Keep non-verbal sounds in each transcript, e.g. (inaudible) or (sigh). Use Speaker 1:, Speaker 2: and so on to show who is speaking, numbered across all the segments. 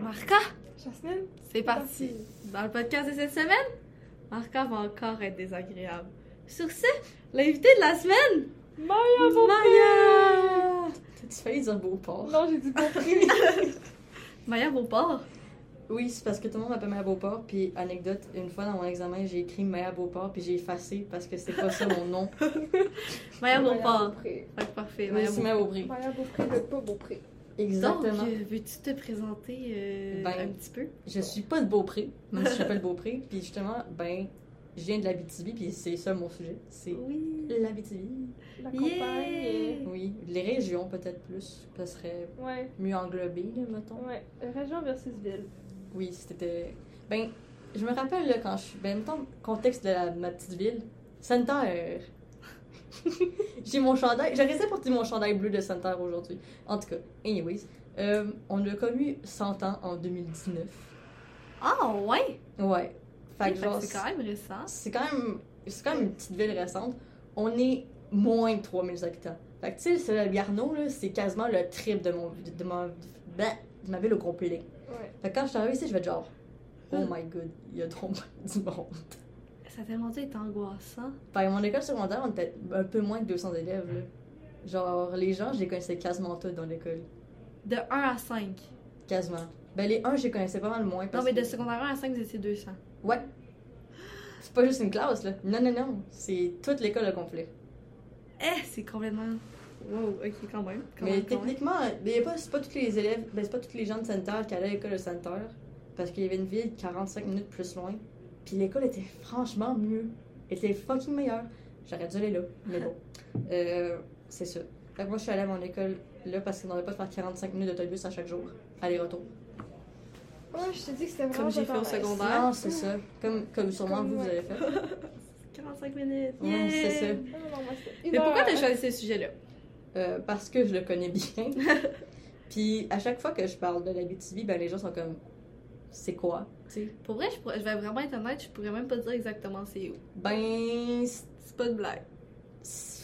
Speaker 1: Marca,
Speaker 2: Jasmine,
Speaker 1: c'est parti. Dans le podcast de cette semaine, Marca va encore être désagréable. Sur ce, l'invité de la semaine,
Speaker 2: Maria, mon
Speaker 1: Maria.
Speaker 3: T'as-tu failli dire Beauport?
Speaker 2: Non, j'ai dit bon prix.
Speaker 1: Maya Beauport.
Speaker 3: Oui, c'est parce que tout le monde m'appelle Maya Beauport. Puis, anecdote, une fois dans mon examen, j'ai écrit Maya Beauport, puis j'ai effacé parce que c'était pas ça
Speaker 1: (laughs)
Speaker 3: mon nom.
Speaker 1: Maya Beauport.
Speaker 2: Beaupré.
Speaker 1: Ouais, parfait.
Speaker 3: Mais
Speaker 1: Maya
Speaker 3: c'est
Speaker 1: Beauport.
Speaker 3: Maya Beaupré.
Speaker 2: Maria Beaupré, le pas Beaupré.
Speaker 1: Donc,
Speaker 3: Exactement.
Speaker 1: euh, veux-tu te présenter euh,
Speaker 3: Ben.
Speaker 1: un petit peu?
Speaker 3: Je suis pas de Beaupré, même si je m'appelle Beaupré. Puis justement, ben, je viens de l'Abitibi, puis c'est ça mon sujet. C'est
Speaker 1: Oui.
Speaker 3: l'Abitibi.
Speaker 2: La
Speaker 1: Yeah.
Speaker 2: campagne.
Speaker 3: Oui, les régions peut-être plus, ça serait
Speaker 2: Ouais,
Speaker 3: mieux englobé, là, mettons.
Speaker 2: ouais. Région versus ville.
Speaker 3: Oui, c'était. Ben, je me rappelle là, quand je suis. Ben, mettons, contexte de la- ma petite ville. Center! (laughs) J'ai mon chandail. J'aurais essayé de porter mon chandail bleu de Center aujourd'hui. En tout cas, anyways. euh, on a commu 100 ans en 2019.
Speaker 1: Ah, ouais!
Speaker 3: Ouais. Fait que
Speaker 1: Fait que
Speaker 3: genre.
Speaker 1: c'est quand même récent.
Speaker 3: C'est quand même. C'est quand même une petite ville récente. On est moins de 3000 habitants. Fait que tu sais, c'est le Garneau, là, c'est quasiment le triple de mon. de, mon- de ma ville au complet.
Speaker 2: Ouais.
Speaker 3: Fait que quand je suis arrivée ici, je vais être genre, oh
Speaker 1: Hmm.
Speaker 3: my god, il y a trop du monde.
Speaker 1: Ça a tellement dû être angoissant.
Speaker 3: Fait que mon école secondaire, on était un peu moins de 200 élèves. là. Genre, les gens, je les connaissais quasiment tous dans l'école.
Speaker 1: De 1 à 5.
Speaker 3: Quasiment. Ben, les uns, je les connaissais pas mal moins.
Speaker 1: Non,
Speaker 3: Parce
Speaker 1: mais de
Speaker 3: que-
Speaker 1: secondaire 1 à 5, vous étiez 200.
Speaker 3: Ouais. C'est pas juste une classe, là. Non, non, non. C'est toute l'école au complet.
Speaker 1: Eh, c'est complètement. Wow, ok, quand même. Quand
Speaker 3: mais
Speaker 1: même, quand même.
Speaker 3: techniquement, il y a pas- c'est pas tous les élèves, ben, c'est pas tous les gens de Center qui allaient à l'école de Center. Parce qu'il y avait une ville 45 minutes plus loin. Puis l'école était franchement mieux. Elle était fucking meilleure. J'aurais dû aller là,
Speaker 1: (laughs)
Speaker 3: mais bon. Euh, c'est ça. Fait que moi, je suis allée à mon école là parce qu'on n'aurait pas de faire 45 minutes d'autobus à chaque jour. Aller-retour.
Speaker 2: Ouais, Oh, je t'ai dit que c'était vraiment
Speaker 1: Comme j'ai fait au
Speaker 2: pas pareil.
Speaker 1: secondaire.
Speaker 3: Non, c'est ça. Comme, comme sûrement
Speaker 2: Comme
Speaker 3: vous,
Speaker 2: moi.
Speaker 3: vous
Speaker 1: (laughs)
Speaker 3: avez fait.
Speaker 1: 45 minutes.
Speaker 3: Ouais,
Speaker 1: Yeah!
Speaker 3: c'est ça.
Speaker 2: Non, non, non, moi, c'était une
Speaker 1: Mais pourquoi
Speaker 2: heure.
Speaker 1: t'as choisi ce sujet-là?
Speaker 3: Euh, parce que je le
Speaker 1: (laughs)
Speaker 3: connais bien. Puis à chaque fois que je parle de la BTV, ben les gens sont comme c'est quoi Tu sais,
Speaker 1: Pour vrai, je, pourrais- je vais vraiment être honnête, je pourrais même pas dire exactement c'est où.
Speaker 3: Ben
Speaker 1: C'est pas de blague.
Speaker 3: c'est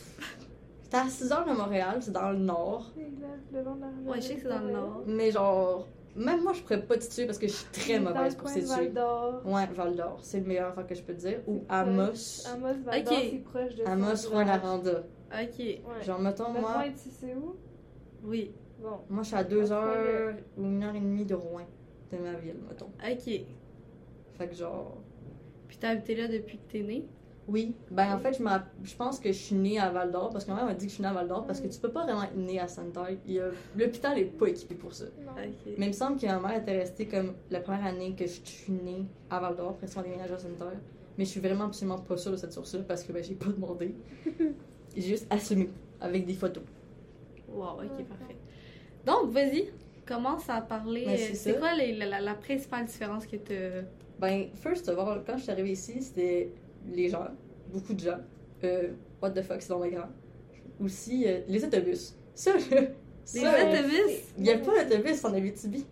Speaker 3: c'est à 6 heures de Montréal, c'est dans le nord.
Speaker 2: Exact, le long de la
Speaker 1: Ouais, je sais que c'est dans le nord.
Speaker 3: Mais genre même moi je pourrais pas tituer parce que je suis très
Speaker 2: Dans le
Speaker 3: mauvaise pour
Speaker 2: coin de Val
Speaker 3: tituer.
Speaker 2: d'Or.
Speaker 3: Ouais, Val d'Or, c'est le meilleur enfant que je peux dire. Ou
Speaker 2: C'est
Speaker 3: Amos.
Speaker 2: Amos, Val d'Or,
Speaker 1: Ok.
Speaker 2: c'est proche de
Speaker 3: Amos
Speaker 2: Saint-Village.
Speaker 3: Rwanda.
Speaker 1: Ok,
Speaker 2: Ouais.
Speaker 3: Genre mettons
Speaker 2: Le
Speaker 3: moi,
Speaker 2: coin de c'est où?
Speaker 1: oui,
Speaker 2: Bon.
Speaker 3: moi je suis à 2 heures ou 1 heure et demie de Rouen, de ma ville, mettons.
Speaker 1: ok.
Speaker 3: Fait que genre
Speaker 1: Puis t'as habité là depuis que t'es née?
Speaker 3: Oui, ben en fait, je, m'a- je pense que je suis née à Val d'Or parce que ma mère m'a dit que je suis née à Val d'Or parce que tu peux pas vraiment être née à Sainte-Thérèse. Il y a- L'hôpital est pas équipé pour ça.
Speaker 2: Non.
Speaker 1: Ok.
Speaker 3: Mais il me semble que ma mère était restée comme la première année que je suis née à Val d'Or, après son déménage à Sainte-Thérèse. Mais je suis vraiment absolument pas sûre de cette source-là parce que ben, j'ai
Speaker 1: (laughs)
Speaker 3: pas demandé. j'ai juste assumé avec des photos.
Speaker 1: Wow, ok, parfait. Donc, vas-y, commence à parler.
Speaker 3: Mais c'est
Speaker 1: euh, C'est
Speaker 3: ça.
Speaker 1: quoi les- la, la- la principale différence que t'as.
Speaker 3: Ben, first of all, quand je suis arrivée ici, c'était les gens, beaucoup de gens. Euh, what the fuck, c'est dans mes grands. Aussi, euh, les autobus. Ça, (laughs) là,
Speaker 1: Les
Speaker 3: ça, là,
Speaker 1: autobus?
Speaker 3: Il n'y a pas d'autobus en Abitibi.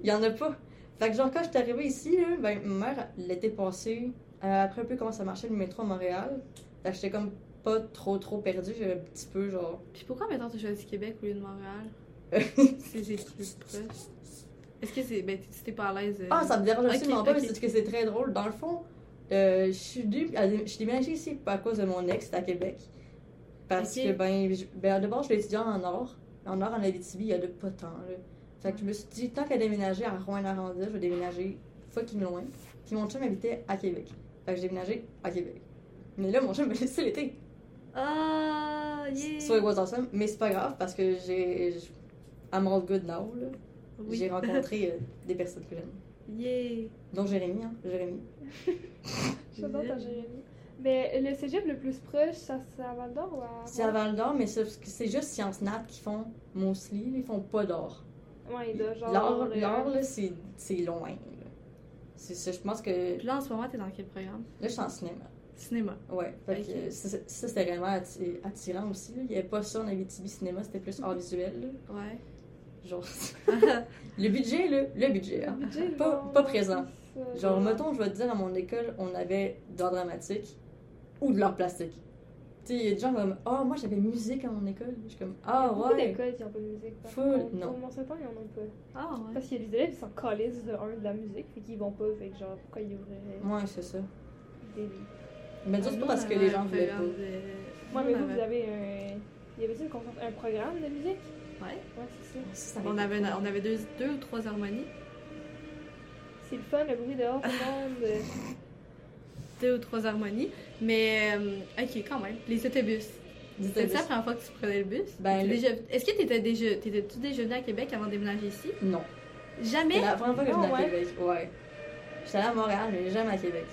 Speaker 3: Il n'y en a pas. Fait que genre, quand je suis arrivée ici, là, ben, ma mère, l'été passé, euh, après un peu comment ça marchait le métro à Montréal, là, j'étais comme pas trop trop perdue, j'avais un petit peu genre...
Speaker 1: Puis pourquoi maintenant t'as choisi Québec au lieu de
Speaker 3: (laughs)
Speaker 1: Montréal? C'est c'est plus proche. Est-ce que c'est. Ben, t'es- t'es pas à l'aise. euh,
Speaker 3: ah, ça me dérange
Speaker 1: Ok,
Speaker 3: absolument pas,
Speaker 1: ok.
Speaker 3: mais c'est que c'est très drôle. Dans le fond, euh, je suis dé- à dé- je suis déménagée ici pas à cause de mon ex, c'était à Québec. Parce
Speaker 1: Ok.
Speaker 3: que, ben, je- ben, de base, je vais étudier en Nord. En Nord, en Abitibi, il y a de pas tant, là. Fait que je me suis dit, tant qu'à déménager à Rouen-Aranda, je vais déménager fucking loin. Puis mon chum habitait à Québec. Fait que j'ai déménagé à Québec. Mais là, mon chum m'a laissé l'été.
Speaker 1: Ah, yeah!
Speaker 3: So it was awesome. Mais c'est pas grave parce que j'ai. j- I'm all good now, là.
Speaker 1: Oui.
Speaker 3: J'ai rencontré euh, des personnes que j'aime.
Speaker 1: Yeah!
Speaker 3: Dont Jérémy, hein. Jérémy.
Speaker 2: J'adore ta Jérémy. Mais le cégep le plus proche, ça c'est à Val d'Or ou à.
Speaker 3: C'est à Val d'Or, mais c'est parce que c'est juste Science Nat qui font mostly, là, ils font pas d'or.
Speaker 2: Ouais, il doit genre.
Speaker 3: L'or,
Speaker 2: euh,
Speaker 3: l'or, là, c'est c'est loin. là. C'est ça, je pense que.
Speaker 1: Puis là, en ce moment, t'es dans quel programme?
Speaker 3: Là, je suis en cinéma.
Speaker 1: Cinéma.
Speaker 3: Ouais, fait
Speaker 1: Ok.
Speaker 3: que ça, ça, c'était vraiment atti- attirant aussi. là. Il n'y avait pas ça en Abitibi cinéma, c'était plus hors visuel. là.
Speaker 1: Ouais.
Speaker 3: Genre, (laughs) le budget, là, le budget. hein.
Speaker 2: le budget,
Speaker 3: Pas-
Speaker 2: genre,
Speaker 3: pas présent.
Speaker 2: c'est ça,
Speaker 3: Genre, mettons, je vais te dire, à mon école, on avait de l'art dramatique ou de l'art plastique. Tu sais, il y a des gens comme Ah, moi j'avais musique à mon école. Je suis comme Ah,
Speaker 2: Beaucoup
Speaker 3: ouais.
Speaker 2: d'écoles qui n'ont pas de musique. Par
Speaker 3: Full,
Speaker 2: contre.
Speaker 3: non.
Speaker 2: Au mon serpent, ils en ont pas.
Speaker 1: Ah ouais.
Speaker 2: Parce qu'il y a des élèves qui s'en calissent de un de la musique, puis qu'ils vont pas, fait que genre, pourquoi ils ouvriraient
Speaker 3: Ouais, c'est ça.
Speaker 2: des livres
Speaker 3: Mais
Speaker 1: Ah,
Speaker 3: juste
Speaker 1: nous,
Speaker 3: pas
Speaker 1: on
Speaker 3: parce que
Speaker 1: avait
Speaker 3: les
Speaker 1: un
Speaker 3: gens voulaient pas.
Speaker 1: programme de-
Speaker 2: Moi,
Speaker 1: nous,
Speaker 2: mais
Speaker 1: on
Speaker 2: vous, vous
Speaker 1: avait-
Speaker 2: avez un. Il y avait une conférence- un programme de musique
Speaker 1: Ouais.
Speaker 2: Ouais, c'est ça.
Speaker 3: Ça, ça
Speaker 1: On
Speaker 3: été
Speaker 1: avait,
Speaker 3: cool.
Speaker 1: on avait deux, deux ou trois harmonies.
Speaker 2: C'est le fun, le bruit dehors,
Speaker 3: (laughs)
Speaker 2: tout le monde. euh,
Speaker 1: Deux ou trois harmonies. Mais, euh, ok, quand même. Les autobus.
Speaker 3: Des
Speaker 1: C'était ça la
Speaker 3: autobus.
Speaker 1: première fois que tu prenais le bus?
Speaker 3: Ben,
Speaker 1: T'es
Speaker 3: le-
Speaker 1: déjà- Est-ce que t'étais déjà... T'étais-tu déjà venu à Québec avant de déménager ici?
Speaker 3: Non.
Speaker 1: Jamais?
Speaker 3: C'est la première fois que je venais
Speaker 2: Ah,
Speaker 3: à
Speaker 2: ouais?
Speaker 3: Québec. Ouais. J'étais allée à Montréal, mais jamais à Québec.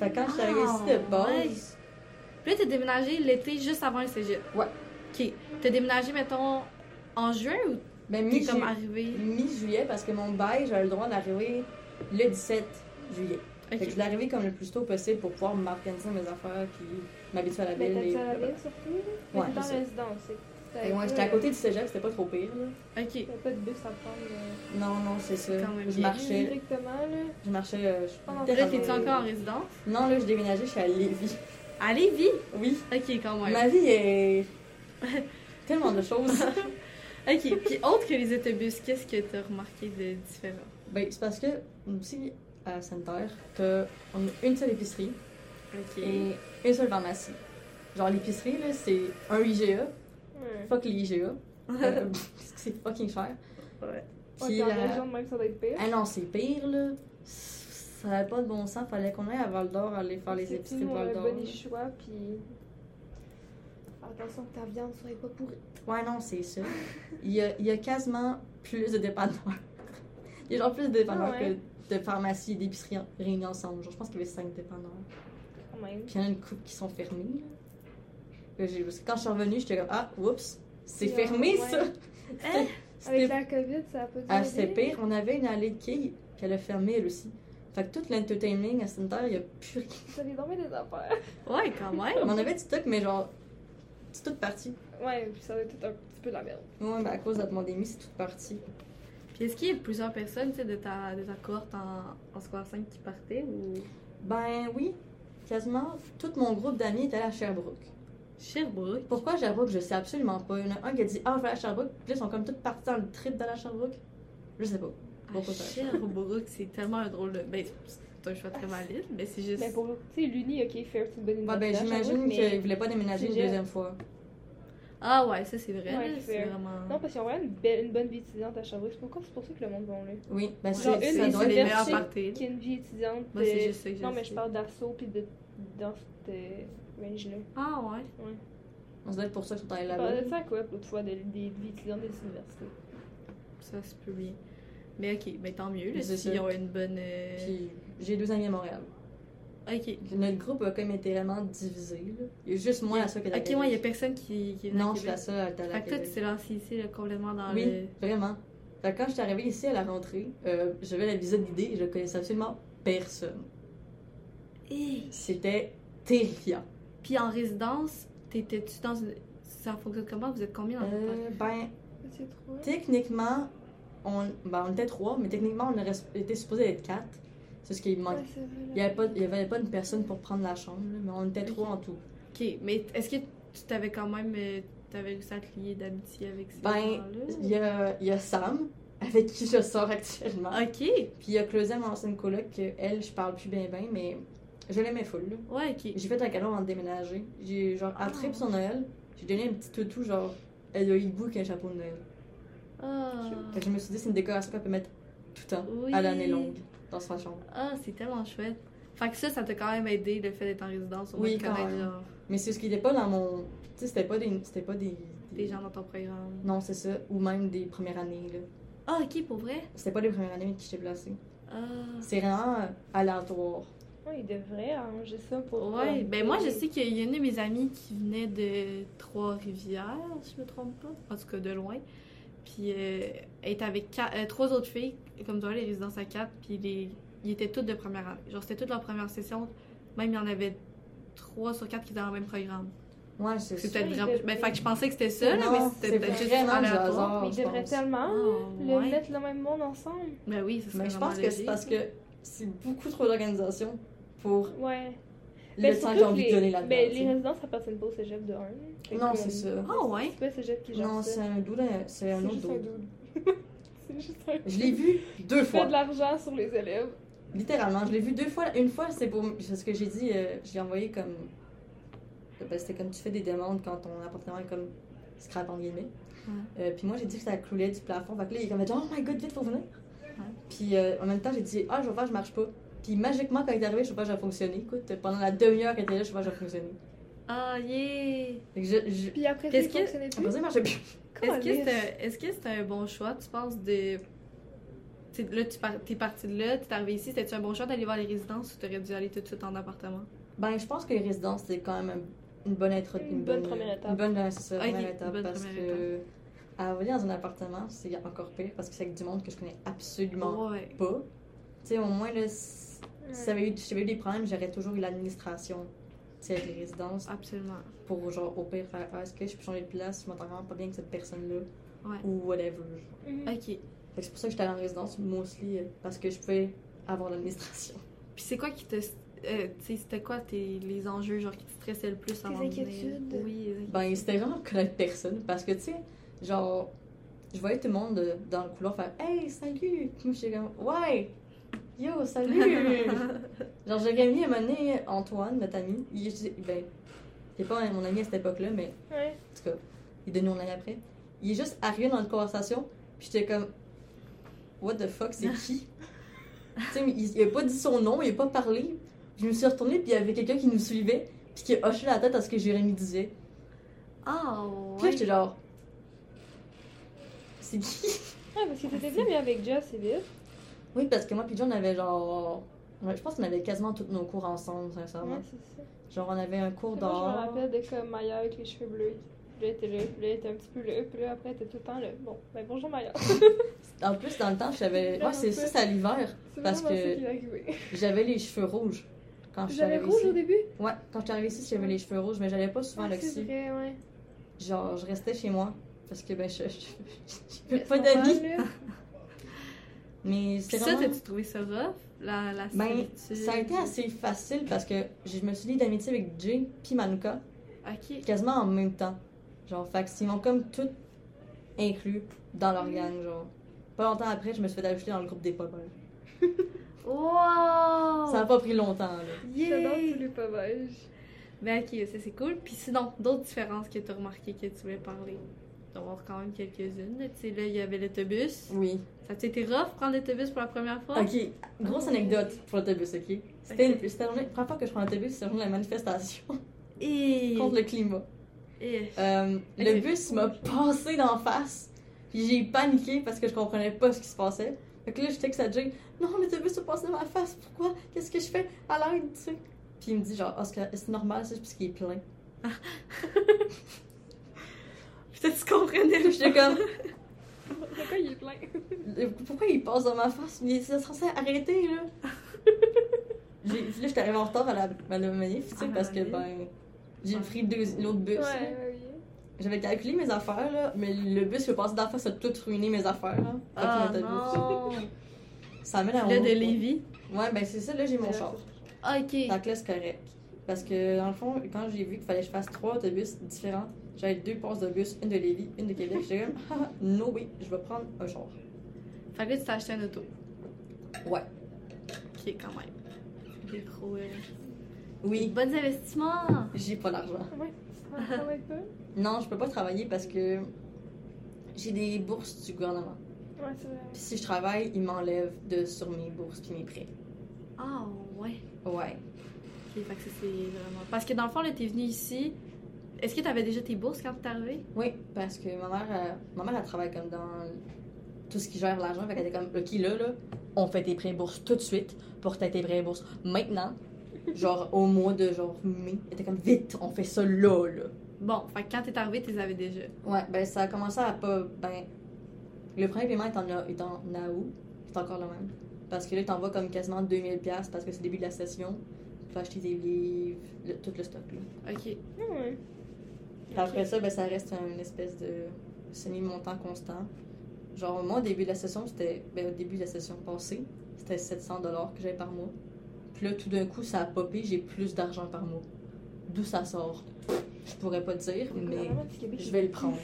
Speaker 3: Fait que quand je suis
Speaker 1: Ah,
Speaker 3: arrivée ici de base,
Speaker 1: ouais. Puis là, t'as déménagé l'été juste avant le cégep.
Speaker 3: Ouais.
Speaker 1: OK. T'as déménagé, mettons, en juin ou
Speaker 3: ben
Speaker 1: t'es
Speaker 3: mi
Speaker 1: comme arrivé?
Speaker 3: mi-juillet, parce que mon bail, j'avais le droit d'arriver le 17 juillet. Fait que je
Speaker 1: OK.
Speaker 3: voulais arriver comme le plus tôt possible pour pouvoir m'organiser mes affaires puis m'habituer à la
Speaker 2: Mais
Speaker 3: ville.
Speaker 2: t'as
Speaker 3: et-
Speaker 2: ça à la ville surtout là?
Speaker 3: Ouais,
Speaker 2: Mais t'es
Speaker 3: c'est
Speaker 2: en
Speaker 3: ça.
Speaker 2: résidence, c'est.
Speaker 3: Fait que ouais, j'étais à côté du cégep, c'était pas trop pire. là.
Speaker 1: OK.
Speaker 2: T'as pas de bus à prendre. euh,
Speaker 3: Non, non, c'est ça.
Speaker 1: quand même
Speaker 3: Je
Speaker 1: bien.
Speaker 3: marchais,
Speaker 2: Directement, là.
Speaker 3: je marchais. euh, je-
Speaker 2: Ah, non,
Speaker 1: Là,
Speaker 3: peut-être
Speaker 1: t'es-tu
Speaker 3: en-
Speaker 1: encore en résidence?
Speaker 3: Non, là, je déménageais, je suis à Lévis.
Speaker 1: À Lévis?
Speaker 3: Oui.
Speaker 1: OK, quand même.
Speaker 3: Ma vie est. (laughs) tellement
Speaker 1: (laughs)
Speaker 3: de choses.
Speaker 1: OK. Puis autre que les autobus, qu'est-ce que t'as remarqué de différent?
Speaker 3: ben, c'est parce que, aussi, à Sainte-Terre, t'as on a une seule épicerie
Speaker 1: OK.
Speaker 2: Euh,
Speaker 3: et une seule pharmacie. Genre, l'épicerie, là, c'est un IGA.
Speaker 2: Ouais.
Speaker 3: Fuck les IGA. Euh,
Speaker 1: (laughs)
Speaker 3: parce que c'est fucking cher.
Speaker 1: Ouais.
Speaker 3: Puis,
Speaker 2: Ouais, t'es en
Speaker 3: euh,
Speaker 2: région de même, ça doit être pire.
Speaker 3: Ah non, c'est pire, là. Ça n'avait pas de bon sens. Fallait qu'on aille à Val d'Or aller faire les
Speaker 2: C'est
Speaker 3: épiceries
Speaker 2: tout,
Speaker 3: de Val
Speaker 2: euh,
Speaker 3: d'Or.
Speaker 2: Bon choix, puis. Attention que ta viande soit pas pourrie.
Speaker 3: Ouais, non, c'est ça. Il y, a, il y a quasiment plus de dépanneurs. Il y a genre plus de dépanneurs
Speaker 2: Ah ouais.
Speaker 3: que de pharmacies et d'épiceries en- réunies ensemble. Genre, je pense qu'il y avait cinq dépanneurs.
Speaker 2: Quand même.
Speaker 3: Puis il y en a une couple qui sont fermés. là. Là, j'ai- parce que Quand je suis revenue, j'étais comme Ah, oups, c'est
Speaker 2: Ouais,
Speaker 3: fermé
Speaker 2: euh, ouais.
Speaker 3: ça!
Speaker 1: Hein?
Speaker 3: C'était
Speaker 2: Avec la COVID, ça a pas dû.
Speaker 3: Ah,
Speaker 2: aider.
Speaker 3: c'était pire. On avait une allée de quilles qu'elle a fermée elle aussi. Fait que tout l'entertaining à Center, il n'y a plus rien.
Speaker 2: Ça fait tomber des affaires.
Speaker 1: Ouais, quand même.
Speaker 3: On en avait du stock, mais genre, c'est tout parti.
Speaker 2: Ouais, puis ça doit être un petit peu de la merde.
Speaker 3: Ouais, mais à cause de la pandémie, c'est tout parti.
Speaker 1: Puis est-ce qu'il y a plusieurs personnes, tu sais, de ta, de ta cohorte en, en secondaire 5 qui partaient ou...
Speaker 3: Ben oui, quasiment tout mon groupe d'amis était allé à Sherbrooke.
Speaker 1: Sherbrooke?
Speaker 3: Pourquoi Sherbrooke, je sais absolument pas. Il y en a un qui a dit Ah, on va aller à Sherbrooke, puis là, ils sont comme tous partis dans le trip d'aller à Sherbrooke. Je sais pas.
Speaker 1: Ah,
Speaker 3: Pourquoi ça?
Speaker 1: Sherbrooke, c'est tellement un drôle de. Ben, c'est un choix très valide, mais c'est juste.
Speaker 2: Ah, Mais pour, tu sais, l'Uni, ok, fair, c'est une bonne
Speaker 3: Ouais, ben
Speaker 2: université,
Speaker 3: j'imagine
Speaker 2: j'avoue, mais-
Speaker 3: qu'ils voulaient pas déménager une
Speaker 2: Sujet.
Speaker 3: deuxième fois.
Speaker 1: Ah ouais, ça c'est vrai.
Speaker 2: Ouais,
Speaker 1: là,
Speaker 2: c'est
Speaker 1: c'est
Speaker 2: vrai.
Speaker 1: vraiment.
Speaker 2: Non, parce qu'ils ont vraiment une, belle, une bonne vie étudiante à Sherbrooke. C'est pourquoi c'est pour ça que le monde va là.
Speaker 3: Oui, ben
Speaker 1: Ouais,
Speaker 2: Genre
Speaker 3: c'est-
Speaker 2: une
Speaker 3: ça
Speaker 1: c'est
Speaker 2: des
Speaker 3: doit
Speaker 1: les
Speaker 3: être.
Speaker 2: universités.
Speaker 1: meilleurs parties.
Speaker 2: Qu'il y a une vie étudiante.
Speaker 1: Moi, c'est
Speaker 2: euh,
Speaker 1: juste ça que je
Speaker 2: Non, mais
Speaker 1: sais.
Speaker 2: je parle d'assaut puis de, dans cette euh, range-là.
Speaker 1: Ah ouais.
Speaker 3: On se doit être pour ça qu'ils sont allés
Speaker 2: On parlait
Speaker 3: là-bas.
Speaker 2: de ça quoi l'autre fois, de- des vies étudiantes des universités.
Speaker 1: Ça se peut bien. Mais ok, ben tant mieux, là,
Speaker 3: C'est
Speaker 1: s'ils
Speaker 3: ça.
Speaker 1: ont une bonne. euh,
Speaker 3: Puis j'ai deux amis à Montréal.
Speaker 1: Ok.
Speaker 3: Notre groupe a comme été vraiment divisé. là. Il y a juste moi la seule qui est à
Speaker 1: Ok, moi, il y a
Speaker 3: Québec.
Speaker 1: personne qui, qui est venu à
Speaker 3: Non, je suis la
Speaker 1: Québec.
Speaker 3: seule à être allée à
Speaker 1: Fait que toi,
Speaker 3: Québec.
Speaker 1: tu t'es lancé ici là, complètement dans
Speaker 3: Oui,
Speaker 1: le.
Speaker 3: vraiment. Fait que quand je suis arrivée ici à la rentrée, euh, j'avais la visite d'idée et je connaissais absolument personne. Eh!
Speaker 1: Hey!
Speaker 3: C'était terrifiant.
Speaker 1: Puis en résidence, t'étais-tu dans une. Ça fonctionne comment Vous êtes combien dans le
Speaker 3: Euh, ben,
Speaker 2: C'est trop.
Speaker 3: techniquement, on, ben, on était trois, mais techniquement, on aurait été supposé être quatre. C'est ce qui me manque. Il n'y avait, pas- il y avait pas une personne pour prendre la chambre, là, mais on était trois en tout.
Speaker 1: Ok, mais est-ce que tu t'avais quand même. euh, T'avais réussi à te lier d'amitié avec ces
Speaker 3: Ben,
Speaker 1: gens-là?
Speaker 3: Il y a, il y a Sam, (laughs) avec qui je sors actuellement.
Speaker 1: Ok,
Speaker 3: Puis il y a Claudia, mon ancienne coloc, que elle, je parle plus bien, bien, mais je l'aimais full. là.
Speaker 1: ouais, ok.
Speaker 3: J'ai fait un cadeau avant de déménager. J'ai genre à
Speaker 1: Ah.
Speaker 3: trip sur Noël, j'ai donné un petit toutou genre elle a hibou qu'un chapeau de Noël.
Speaker 1: Ah,
Speaker 3: Fait que je me suis dit c'est une décoration qu'elle peut mettre tout le temps
Speaker 1: Oui.
Speaker 3: à l'année longue dans sa chambre.
Speaker 1: ah, c'est tellement chouette. Fait que ça, ça t'a quand même aidé le fait d'être en résidence. Au
Speaker 3: Oui,
Speaker 1: moins de
Speaker 3: quand
Speaker 1: connaître,
Speaker 3: même.
Speaker 1: genre,
Speaker 3: Mais c'est ce qui n'était pas dans mon, tu sais c'était pas des c'était pas des,
Speaker 1: les gens dans ton programme.
Speaker 3: Non, c'est ça ou même des premières années là.
Speaker 1: Ah, ok, pour vrai?
Speaker 3: C'était pas les premières années qui j'étais placée.
Speaker 1: Ah.
Speaker 3: C'est vraiment euh, aléatoire.
Speaker 2: Ouais, ils devraient arranger ça pour. euh,
Speaker 1: Ouais,
Speaker 2: pour-
Speaker 1: ben moi, je sais qu'il y a une de mes amies qui venait de Trois-Rivières, si je me trompe pas. En tout cas, de loin. Puis euh, elle était avec qua- euh, trois autres filles, comme toi, les résidences à quatre. Puis les... ils étaient toutes de première année. Genre, c'était toutes leur première session. Même, il y en avait trois sur quatre qui étaient dans le même programme.
Speaker 3: Ouais, c'est
Speaker 1: C'est
Speaker 3: ça.
Speaker 1: peut-être
Speaker 2: Oui,
Speaker 1: vraiment.
Speaker 2: de-
Speaker 1: Ben, fait que je pensais que c'était ça, là,
Speaker 3: Non,
Speaker 1: mais c'était
Speaker 3: c'est
Speaker 1: peut-être juste
Speaker 3: vraiment du
Speaker 1: aléatoire.
Speaker 3: hasard.
Speaker 2: Mais ils
Speaker 3: je
Speaker 2: devraient
Speaker 3: pense.
Speaker 2: tellement
Speaker 1: Ah,
Speaker 2: le
Speaker 1: ouais.
Speaker 2: mettre le même monde ensemble.
Speaker 1: Ben oui, ça serait
Speaker 3: Mais je pense que c'est parce que c'est beaucoup trop d'organisation pour
Speaker 2: Ouais. Ben,
Speaker 3: le
Speaker 2: c'est
Speaker 3: temps
Speaker 2: toutes
Speaker 3: j'ai envie
Speaker 2: les-
Speaker 3: de donner là-dedans.
Speaker 2: Mais
Speaker 3: tu
Speaker 2: les
Speaker 3: sais.
Speaker 2: résidences, ça appartient pas au cégep de 1.
Speaker 3: Non, c'est ça.
Speaker 1: Ah ouais?
Speaker 2: euh, C'est pas le cégep qui gère
Speaker 3: Non, c'est
Speaker 2: ça.
Speaker 3: un doux, d'un- c'est un
Speaker 2: C'est
Speaker 3: autre
Speaker 2: juste un
Speaker 3: doux.
Speaker 2: dude.
Speaker 3: (laughs)
Speaker 2: C'est juste un
Speaker 3: Je l'ai vu deux
Speaker 2: fait
Speaker 3: fois.
Speaker 2: de l'argent sur les élèves.
Speaker 3: Littéralement, je l'ai vu deux fois. Une fois, c'est pour. C'est ce que j'ai dit, euh, je l'ai envoyé comme. ben, c'était comme tu fais des demandes quand ton appartement est comme scrap en guillemets.
Speaker 1: Ouais.
Speaker 3: Euh, puis moi, j'ai dit que ça coulait du plafond. Fait que là, il est comme Oh my god, vite, faut venir. Puis euh, en même temps, j'ai dit Ah, je vais faire, je marche pas. Puis magiquement, quand il est arrivé, je sais pas, j'ai fonctionné. Écoute, pendant la demi-heure qu'il était là, je sais pas, j'ai fonctionné.
Speaker 1: Ah, yeah!
Speaker 3: Fait que je. je...
Speaker 2: Puis après,
Speaker 1: Qu'est-ce
Speaker 2: ça
Speaker 1: que-
Speaker 2: fonctionnait
Speaker 3: Après
Speaker 2: plus.
Speaker 3: ça, il marchait plus.
Speaker 1: Est-ce
Speaker 2: Calisse.
Speaker 1: que c'est un, est-ce que c'est un bon choix, tu penses, de. t'sais, là, tu par- t'es parti de là, t'es arrivé ici, c'était-tu un bon choix d'aller voir les résidences ou t'aurais dû aller tout de suite en appartement?
Speaker 3: Ben, je pense que les résidences, c'est quand même un- une bonne intro.
Speaker 2: Une bonne première étape.
Speaker 3: Une bonne, ouais, c'est ça,
Speaker 1: Ok,
Speaker 3: première
Speaker 1: une
Speaker 3: étape.
Speaker 1: bonne
Speaker 3: parce
Speaker 1: première
Speaker 3: que à voler dans un appartement, c'est encore pire parce que c'est avec du monde que je connais absolument
Speaker 1: Ouais. Hmm.
Speaker 3: pas. Tu sais, au moins, là, si
Speaker 2: Ouais.
Speaker 3: ça avait eu, si j'avais eu des problèmes, j'aurais toujours eu l'administration. tu sais, avec les résidences,
Speaker 1: Ah. Absolument.
Speaker 3: pour genre au pire faire Ah, est-ce que je peux changer de place, je m'entends vraiment pas bien avec cette personne-là,
Speaker 1: Ouais.
Speaker 3: ou whatever. genre.
Speaker 2: Mhm.
Speaker 1: Ok.
Speaker 3: Fait que c'est pour ça que j'étais allée en résidence, mostly, euh, parce que je pouvais avoir l'administration.
Speaker 1: Puis c'est quoi qui te. euh, tu sais, c'était quoi tes, les enjeux genre, qui te stressaient le plus avant de venir?
Speaker 2: inquiétudes.
Speaker 1: Oui, les
Speaker 3: (laughs)
Speaker 1: inquiétudes.
Speaker 3: Ben, c'était vraiment connaître personne parce que, tu sais, genre, je voyais tout le monde euh, dans le couloir faire Hey, salut! Puis moi, j'étais comme Ouais!
Speaker 1: (laughs)
Speaker 3: Yo, salut! genre, j'aurais mis à un moment donné Antoine, notre ami. Il, est- ben, il est pas mon ami à cette époque-là, mais
Speaker 2: Ouais.
Speaker 3: en tout cas, il est devenu mon ami après. Il est juste arrivé dans une conversation, puis j'étais comme What the fuck, c'est qui? tu sais, mais il, il a pas dit son nom, il a pas parlé. Je me suis retournée, puis il y avait quelqu'un qui nous suivait, puis qui hochait la tête à ce que Jérémy disait.
Speaker 1: Ah,
Speaker 3: Puis là,
Speaker 1: ouais.
Speaker 3: j'étais genre. C'est qui
Speaker 2: Ouais, parce que
Speaker 3: Ah,
Speaker 2: t'étais bien, mais avec Jess et Viv.
Speaker 3: Oui, parce que moi, puis John, on avait genre. ouais, je pense qu'on avait quasiment tous nos cours ensemble, sincèrement.
Speaker 2: Ouais, c'est ça.
Speaker 3: Genre, on avait un cours
Speaker 2: Moi, je me
Speaker 3: d'or.
Speaker 2: rappelle de comme Maya avec les cheveux bleus. Puis là, elle était là, puis là, elle était un petit peu là, puis là, après, elle était tout le temps là. Bon, ben bonjour Maya.
Speaker 3: En plus, dans le temps, j'avais.
Speaker 2: Là,
Speaker 3: Ouais, c'est
Speaker 2: en
Speaker 3: ça,
Speaker 2: fait.
Speaker 3: c'est à l'hiver.
Speaker 2: C'est
Speaker 3: Parce
Speaker 2: vraiment
Speaker 3: que-
Speaker 2: ça qui est arrivé.
Speaker 3: J'avais les cheveux rouges. Quand je suis
Speaker 2: J'avais
Speaker 3: arrivée
Speaker 2: rouge au
Speaker 3: ici.
Speaker 2: début.
Speaker 3: Ouais, quand je suis arrivée ici, j'avais les cheveux rouges, mais j'allais pas souvent à
Speaker 2: Ouais, c'est
Speaker 3: l'oxy.
Speaker 2: vrai, ouais.
Speaker 3: Genre, je restais chez moi. Parce que, ben, je. je-
Speaker 2: Mais
Speaker 3: J'ai pas
Speaker 2: son
Speaker 3: d'amis.
Speaker 2: van, là,
Speaker 3: Mais c'est
Speaker 1: Puis ça,
Speaker 3: vraiment.
Speaker 1: t'as-tu trouvé ça rough? La, la
Speaker 3: Ben,
Speaker 1: solitude?
Speaker 3: ça a été assez facile parce que je me suis liée d'amitié avec Jay puis Manuka.
Speaker 1: Ok.
Speaker 3: quasiment en même temps. Genre, fait qu'ils m'ont comme tout inclus dans leur gang, genre. Pas longtemps après, je me suis fait ajouter dans le groupe des poppers.
Speaker 1: Wow!
Speaker 3: Ça a pas pris longtemps, là.
Speaker 2: J'adore
Speaker 1: Yeah!
Speaker 2: tous les pavages. (laughs)
Speaker 1: Ben ok, ça c'est cool. Puis sinon, d'autres différences que tu as remarquées que tu voulais parler? Il doit y en avoir quand même quelques-unes. là. Tu sais, là, il y avait l'autobus.
Speaker 3: Oui.
Speaker 1: Ça t'a été rough prendre l'autobus pour la première fois?
Speaker 3: Mm. Ok, grosse anecdote pour l'autobus, ok? C'était une- c'était la journée- première fois que je prends l'autobus, c'est la journée de la manifestation
Speaker 1: Et...
Speaker 3: contre le climat.
Speaker 1: Et...
Speaker 3: Euh, le
Speaker 1: Ok.
Speaker 3: bus m'a passé d'en face, puis j'ai paniqué parce que je comprenais pas ce qui se passait. Fait que là, je texte à Jay, non, l'autobus a passé dans ma face, pourquoi? Qu'est-ce que je fais? À l'aide, tu sais. Puis il me dit, genre, Ah, c'est c'est normal, ça, c'est parce qu'il est plein.
Speaker 1: Peut-être tu comprenais.
Speaker 3: Puis (laughs) J'étais comme,
Speaker 2: Pourquoi il est plein?
Speaker 3: Le- Pourquoi il passe dans ma face? Mais ça serait ça, arrêtez là! J'ai- là, j'étais arrivée en retard à la, à la manif, tu sais,
Speaker 1: Ah,
Speaker 3: parce que
Speaker 1: oui.
Speaker 3: ben. J'ai pris deux- l'autre bus.
Speaker 2: Ouais,
Speaker 3: là.
Speaker 2: ouais, oui.
Speaker 3: J'avais calculé mes affaires, là, mais le bus qui est passé d'en face a tout ruiné mes affaires. Là. Fait que
Speaker 1: Ah
Speaker 3: l'autobus.
Speaker 1: non!
Speaker 3: Ça amène à
Speaker 1: Là,
Speaker 3: mon-
Speaker 1: de Lévis. Ah,
Speaker 3: Ouais, ben c'est ça, là, j'ai mon
Speaker 2: C'est
Speaker 3: char.
Speaker 1: Ok.
Speaker 3: Donc là, c'est correct. Parce que dans le fond, quand j'ai vu qu'il fallait que je fasse trois autobus différents, j'avais deux passes de bus, une de Lévis, une de Québec, j'étais comme, (laughs) ah, no way, je vais prendre un char.
Speaker 1: Fait que là, tu t'as acheté un auto.
Speaker 3: Ouais.
Speaker 1: Ok, quand même. Des gros... euh,
Speaker 3: Oui,
Speaker 1: Bons investissements!
Speaker 3: j'ai pas d'argent.
Speaker 2: Ouais, ça ça va être pas.
Speaker 3: Non, je peux pas travailler parce que j'ai des bourses du gouvernement.
Speaker 2: Ouais, c'est vrai.
Speaker 3: Puis si je travaille, ils m'enlèvent de sur mes bourses puis mes prêts.
Speaker 1: Ah ouais.
Speaker 3: Ouais.
Speaker 1: Ok, fait que ça c'est vraiment... Parce que dans le fond, là, t'es venu ici... Est-ce que t'avais déjà tes bourses quand t'es arrivé?
Speaker 3: Oui, parce que ma mère, euh, ma mère elle travaille comme dans tout ce qui gère l'argent. Fait qu'elle était comme, OK, là, là, on fait tes prêts et bourses tout de suite pour que t'aies tes prêts et bourses maintenant. genre au mois de genre mai. Elle était comme, vite, on fait ça là, là.
Speaker 1: Bon, fait que quand t'es arrivé, t'es avais déjà.
Speaker 3: Ouais, ben ça a commencé à pas. Ben. Le premier paiement est en, est en août. C'est encore le même. Parce que là, t'envoies comme quasiment 2000$ piastres parce que c'est le début de la session. Tu vas acheter des livres, le- tout le stock. Là.
Speaker 1: Ok.
Speaker 2: Ouais.
Speaker 3: Puis après ça, ben, ça reste une espèce de semi-montant constant. Genre, moi, au début de la session, c'était. Ben, au début de la session passée, c'était 700$ que j'avais par mois. Puis là, tout d'un coup, ça a popé, j'ai plus d'argent par mois. D'où ça sort? Je pourrais pas te dire, mais je vais le prendre.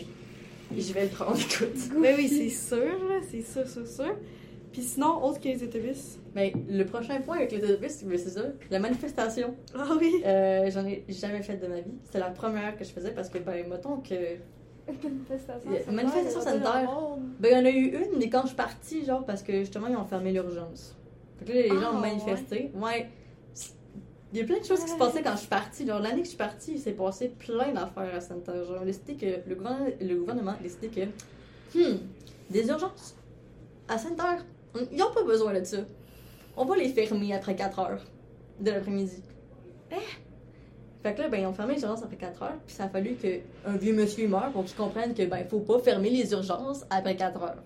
Speaker 3: Je vais le prendre, écoute.
Speaker 1: Mais oui, c'est sûr, là, c'est sûr, sûr, sûr. Puis sinon, autre que les autobus.
Speaker 3: Mais Ben, le prochain point avec les autobus, mais c'est ça, la manifestation.
Speaker 1: Ah oui!
Speaker 3: Euh, J'en ai jamais fait de ma vie. C'était la première que je faisais parce que, ben, mettons que
Speaker 2: Manifestation
Speaker 3: Yeah,
Speaker 2: sanitaire.
Speaker 3: manifestation
Speaker 2: il y a pas
Speaker 3: sanitaire.
Speaker 2: de monde.
Speaker 3: Ben, il y en a eu une, mais quand je suis partie, genre, parce que justement, ils ont fermé l'urgence. Fait que là, les gens
Speaker 1: Ah,
Speaker 3: ont manifesté. Ouais. Il y a plein de choses qui se passaient quand je suis partie. Genre, l'année que je suis partie, il s'est passé plein d'affaires à Center. Genre, on a décidé que le gouvernement, le gouvernement a décidé que, hmm, des urgences à Center, on- ils n'ont pas besoin de ça. On va les fermer après 4 heures de l'après-midi.
Speaker 1: Eh?
Speaker 3: Hein? Fait que là, ben, ils ont fermé les urgences après 4 heures, puis ça a fallu qu'un vieux monsieur meure pour qu'ils comprennent que, ben, faut pas fermer les urgences après 4 heures.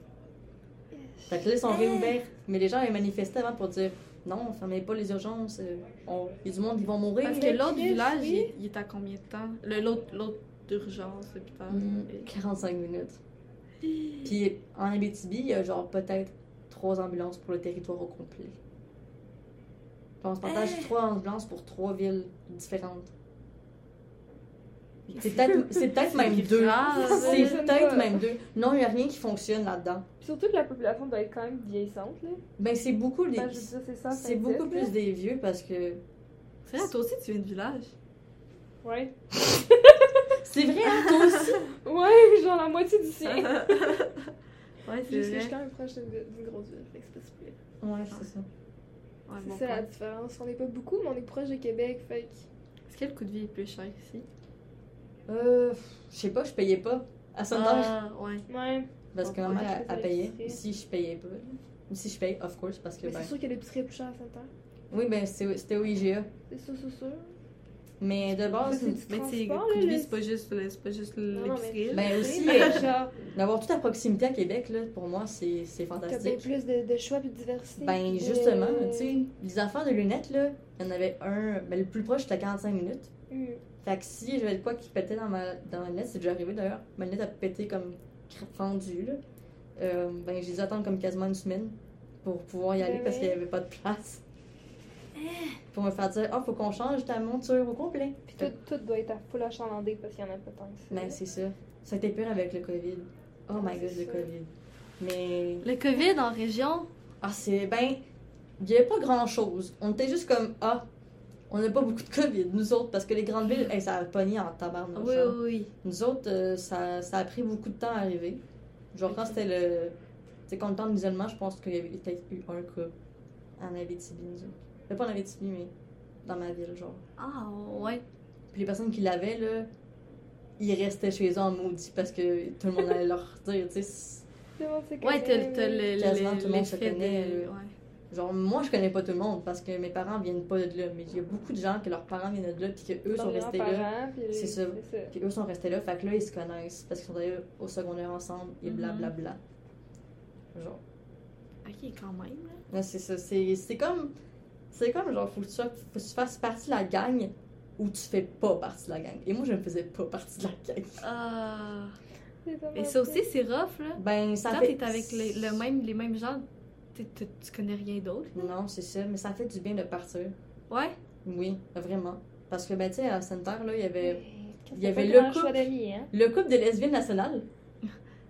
Speaker 3: Fait que là, ils sont
Speaker 1: Hein?
Speaker 3: réouverts. Mais les gens avaient manifesté avant pour dire non, fermez pas les urgences. euh, on- Il y a du monde, ils vont mourir.
Speaker 1: Parce que l'autre
Speaker 2: Chris,
Speaker 1: village,
Speaker 2: oui.
Speaker 1: il, il est à combien de temps? Le- L'autre l'autre d'urgence, l'hôpital.
Speaker 3: Hmm, 45 minutes. Puis en Abitibi, il y a genre peut-être 3 ambulances pour le territoire au complet. Puis on se partage
Speaker 1: Hein?
Speaker 3: 3 ambulances pour 3 villes différentes. C'est peut-être c'est peut-être même
Speaker 1: C'est
Speaker 3: deux.
Speaker 1: grave.
Speaker 3: C'est
Speaker 2: Ça
Speaker 3: peut-être
Speaker 2: va.
Speaker 3: même deux. Non, il n'y a rien qui fonctionne là-dedans.
Speaker 2: Surtout que la population doit être quand même vieillissante. Là.
Speaker 3: Ben, c'est beaucoup, des-
Speaker 2: Ben, je veux dire, c'est ça.
Speaker 3: c'est beaucoup plus des vieux parce que
Speaker 1: C'est vrai, toi aussi, tu viens de village.
Speaker 2: Ouais.
Speaker 3: C'est vrai, hein, toi aussi.
Speaker 2: Ouais, (laughs) genre la moitié du sien.
Speaker 3: Ah,
Speaker 1: Ouais, c'est
Speaker 2: Juste que je
Speaker 1: vrai.
Speaker 2: suis quand même proche d'une d'une grosse ville, fait que c'est pas si pire.
Speaker 3: Ouais, c'est ça.
Speaker 1: Ouais,
Speaker 3: Ah,
Speaker 2: C'est
Speaker 1: bon
Speaker 2: ça
Speaker 1: point.
Speaker 2: la différence. On n'est pas beaucoup, mais on est proche de Québec, fait que.
Speaker 1: Est-ce que le coût de vie est plus cher ici?
Speaker 3: Euh, je sais pas, je payais pas à son
Speaker 1: Ah, ouais.
Speaker 2: Ouais.
Speaker 3: parce que
Speaker 1: Ouais,
Speaker 3: ma
Speaker 2: je
Speaker 3: mère,
Speaker 2: faisais
Speaker 3: elle payait.
Speaker 2: l'épicerie.
Speaker 3: Si je payais pas. là. Si je paye, of course, parce que.
Speaker 2: Mais c'est
Speaker 3: Ben,
Speaker 2: sûr que l'épicerie est plus chère à Saint-Anne.
Speaker 3: oui, ben c'est- c'était au IGA.
Speaker 2: C'est sûr, c'est sûr.
Speaker 3: Mais de base,
Speaker 2: Mais c'est-
Speaker 1: Mais tu sais,
Speaker 2: Transport,
Speaker 1: le coût de
Speaker 2: là,
Speaker 1: vie,
Speaker 2: le-
Speaker 1: c'est pas juste le- c'est pas juste
Speaker 2: non, mais-
Speaker 1: l'épicerie. là.
Speaker 3: ben aussi,
Speaker 2: (laughs) Mais
Speaker 3: euh,
Speaker 2: genre,
Speaker 3: d'avoir toute la proximité à Québec, là, pour moi, c'est c'est
Speaker 2: t'as bien
Speaker 3: fantastique.
Speaker 2: plus de, de choix puis de diversité.
Speaker 3: Ben
Speaker 2: puis de-
Speaker 3: justement, tu sais, les affaires de lunettes, là, il y en avait un. Ben, le plus proche, c'était à 45 minutes.
Speaker 2: Hum.
Speaker 3: Fait que si j'avais de quoi qui pétait dans ma, dans ma lunette, c'est déjà arrivé d'ailleurs, ma lunette a pété comme fendue, là. Euh, ben, j'ai dû attendre comme quasiment une semaine pour pouvoir y aller
Speaker 2: Ben
Speaker 3: parce
Speaker 2: oui.
Speaker 3: qu'il n'y avait pas de place.
Speaker 2: Ah!
Speaker 3: Pour me faire dire, ah, faut qu'on change ta monture au complet.
Speaker 2: Puis tout, tout doit être à full achalandé parce qu'il y en a pas tant que ça.
Speaker 3: Ben, c'est ça. Ça a été pire avec le COVID. Oh
Speaker 2: Ah,
Speaker 3: my
Speaker 2: c'est
Speaker 3: god, le
Speaker 2: ça.
Speaker 3: COVID. Mais,
Speaker 1: Le COVID en région,
Speaker 3: ah, c'est, ben, il n'y avait pas grand chose. On était juste comme, ah, on n'a pas beaucoup de COVID, nous autres, parce que les grandes villes, hey, ça a pogné en hein. tabarnak.
Speaker 1: oui,
Speaker 3: genre.
Speaker 1: oui, oui.
Speaker 3: Nous autres, euh, ça, ça a pris beaucoup de temps à arriver. Genre, quand c'était le. Tu sais, quand le temps de l'isolement, je pense qu'il y avait peut-être eu un cas en Abitibi, nous autres. Enfin, pas en Abitibi, mais dans ma ville, genre.
Speaker 1: Ah, ouais.
Speaker 3: Puis les personnes qui l'avaient, là, ils restaient chez eux en maudit parce que tout le monde allait leur dire, tu sais. c'est-
Speaker 2: Tout le monde sait
Speaker 1: Ouais, t'as
Speaker 2: connaît,
Speaker 1: t'as
Speaker 2: mais-
Speaker 1: le.
Speaker 3: Quasiment
Speaker 1: le-
Speaker 3: tout le monde se
Speaker 1: l'effet
Speaker 3: connaît,
Speaker 1: de-
Speaker 3: là.
Speaker 1: ouais.
Speaker 3: Genre, moi, je connais pas tout le monde parce que mes parents viennent pas de là, mais il y a beaucoup de gens que leurs parents viennent de là, puis que eux
Speaker 2: Dans
Speaker 3: sont
Speaker 2: les
Speaker 3: restés là.
Speaker 2: grands-parents, puis les-
Speaker 3: C'est ça.
Speaker 2: C'est
Speaker 3: Puis eux sont restés là, fait que là, ils se connaissent parce qu'ils sont allés au secondaire ensemble et
Speaker 1: Mhm.
Speaker 3: blablabla. Genre.
Speaker 1: Ok, quand même. là.
Speaker 3: Ouais, c'est ça. C'est c'est comme. C'est comme genre, faut que, tu sois- faut que tu fasses partie de la gang ou tu fais pas partie de la gang. Et moi, je ne faisais pas partie de la gang.
Speaker 1: Ah.
Speaker 2: C'est tellement
Speaker 1: Et ça
Speaker 2: ça.
Speaker 1: aussi, c'est rough, là.
Speaker 3: Ben, ça
Speaker 1: Quand
Speaker 3: fait.
Speaker 1: t'es avec les, le même, les mêmes gens, t'es- t'es- tu connais rien d'autre.
Speaker 3: Non, c'est ça, mais ça fait du bien de partir.
Speaker 1: Ouais.
Speaker 3: Oui, vraiment. Parce que, ben, tu sais, à Center, là, il y avait.
Speaker 2: Qu'est-ce
Speaker 3: euh, il y
Speaker 2: que
Speaker 3: avait
Speaker 2: t'as
Speaker 3: le
Speaker 2: grand
Speaker 3: couple.
Speaker 2: choix d'amis, hein?
Speaker 3: Le couple de lesbiennes nationales.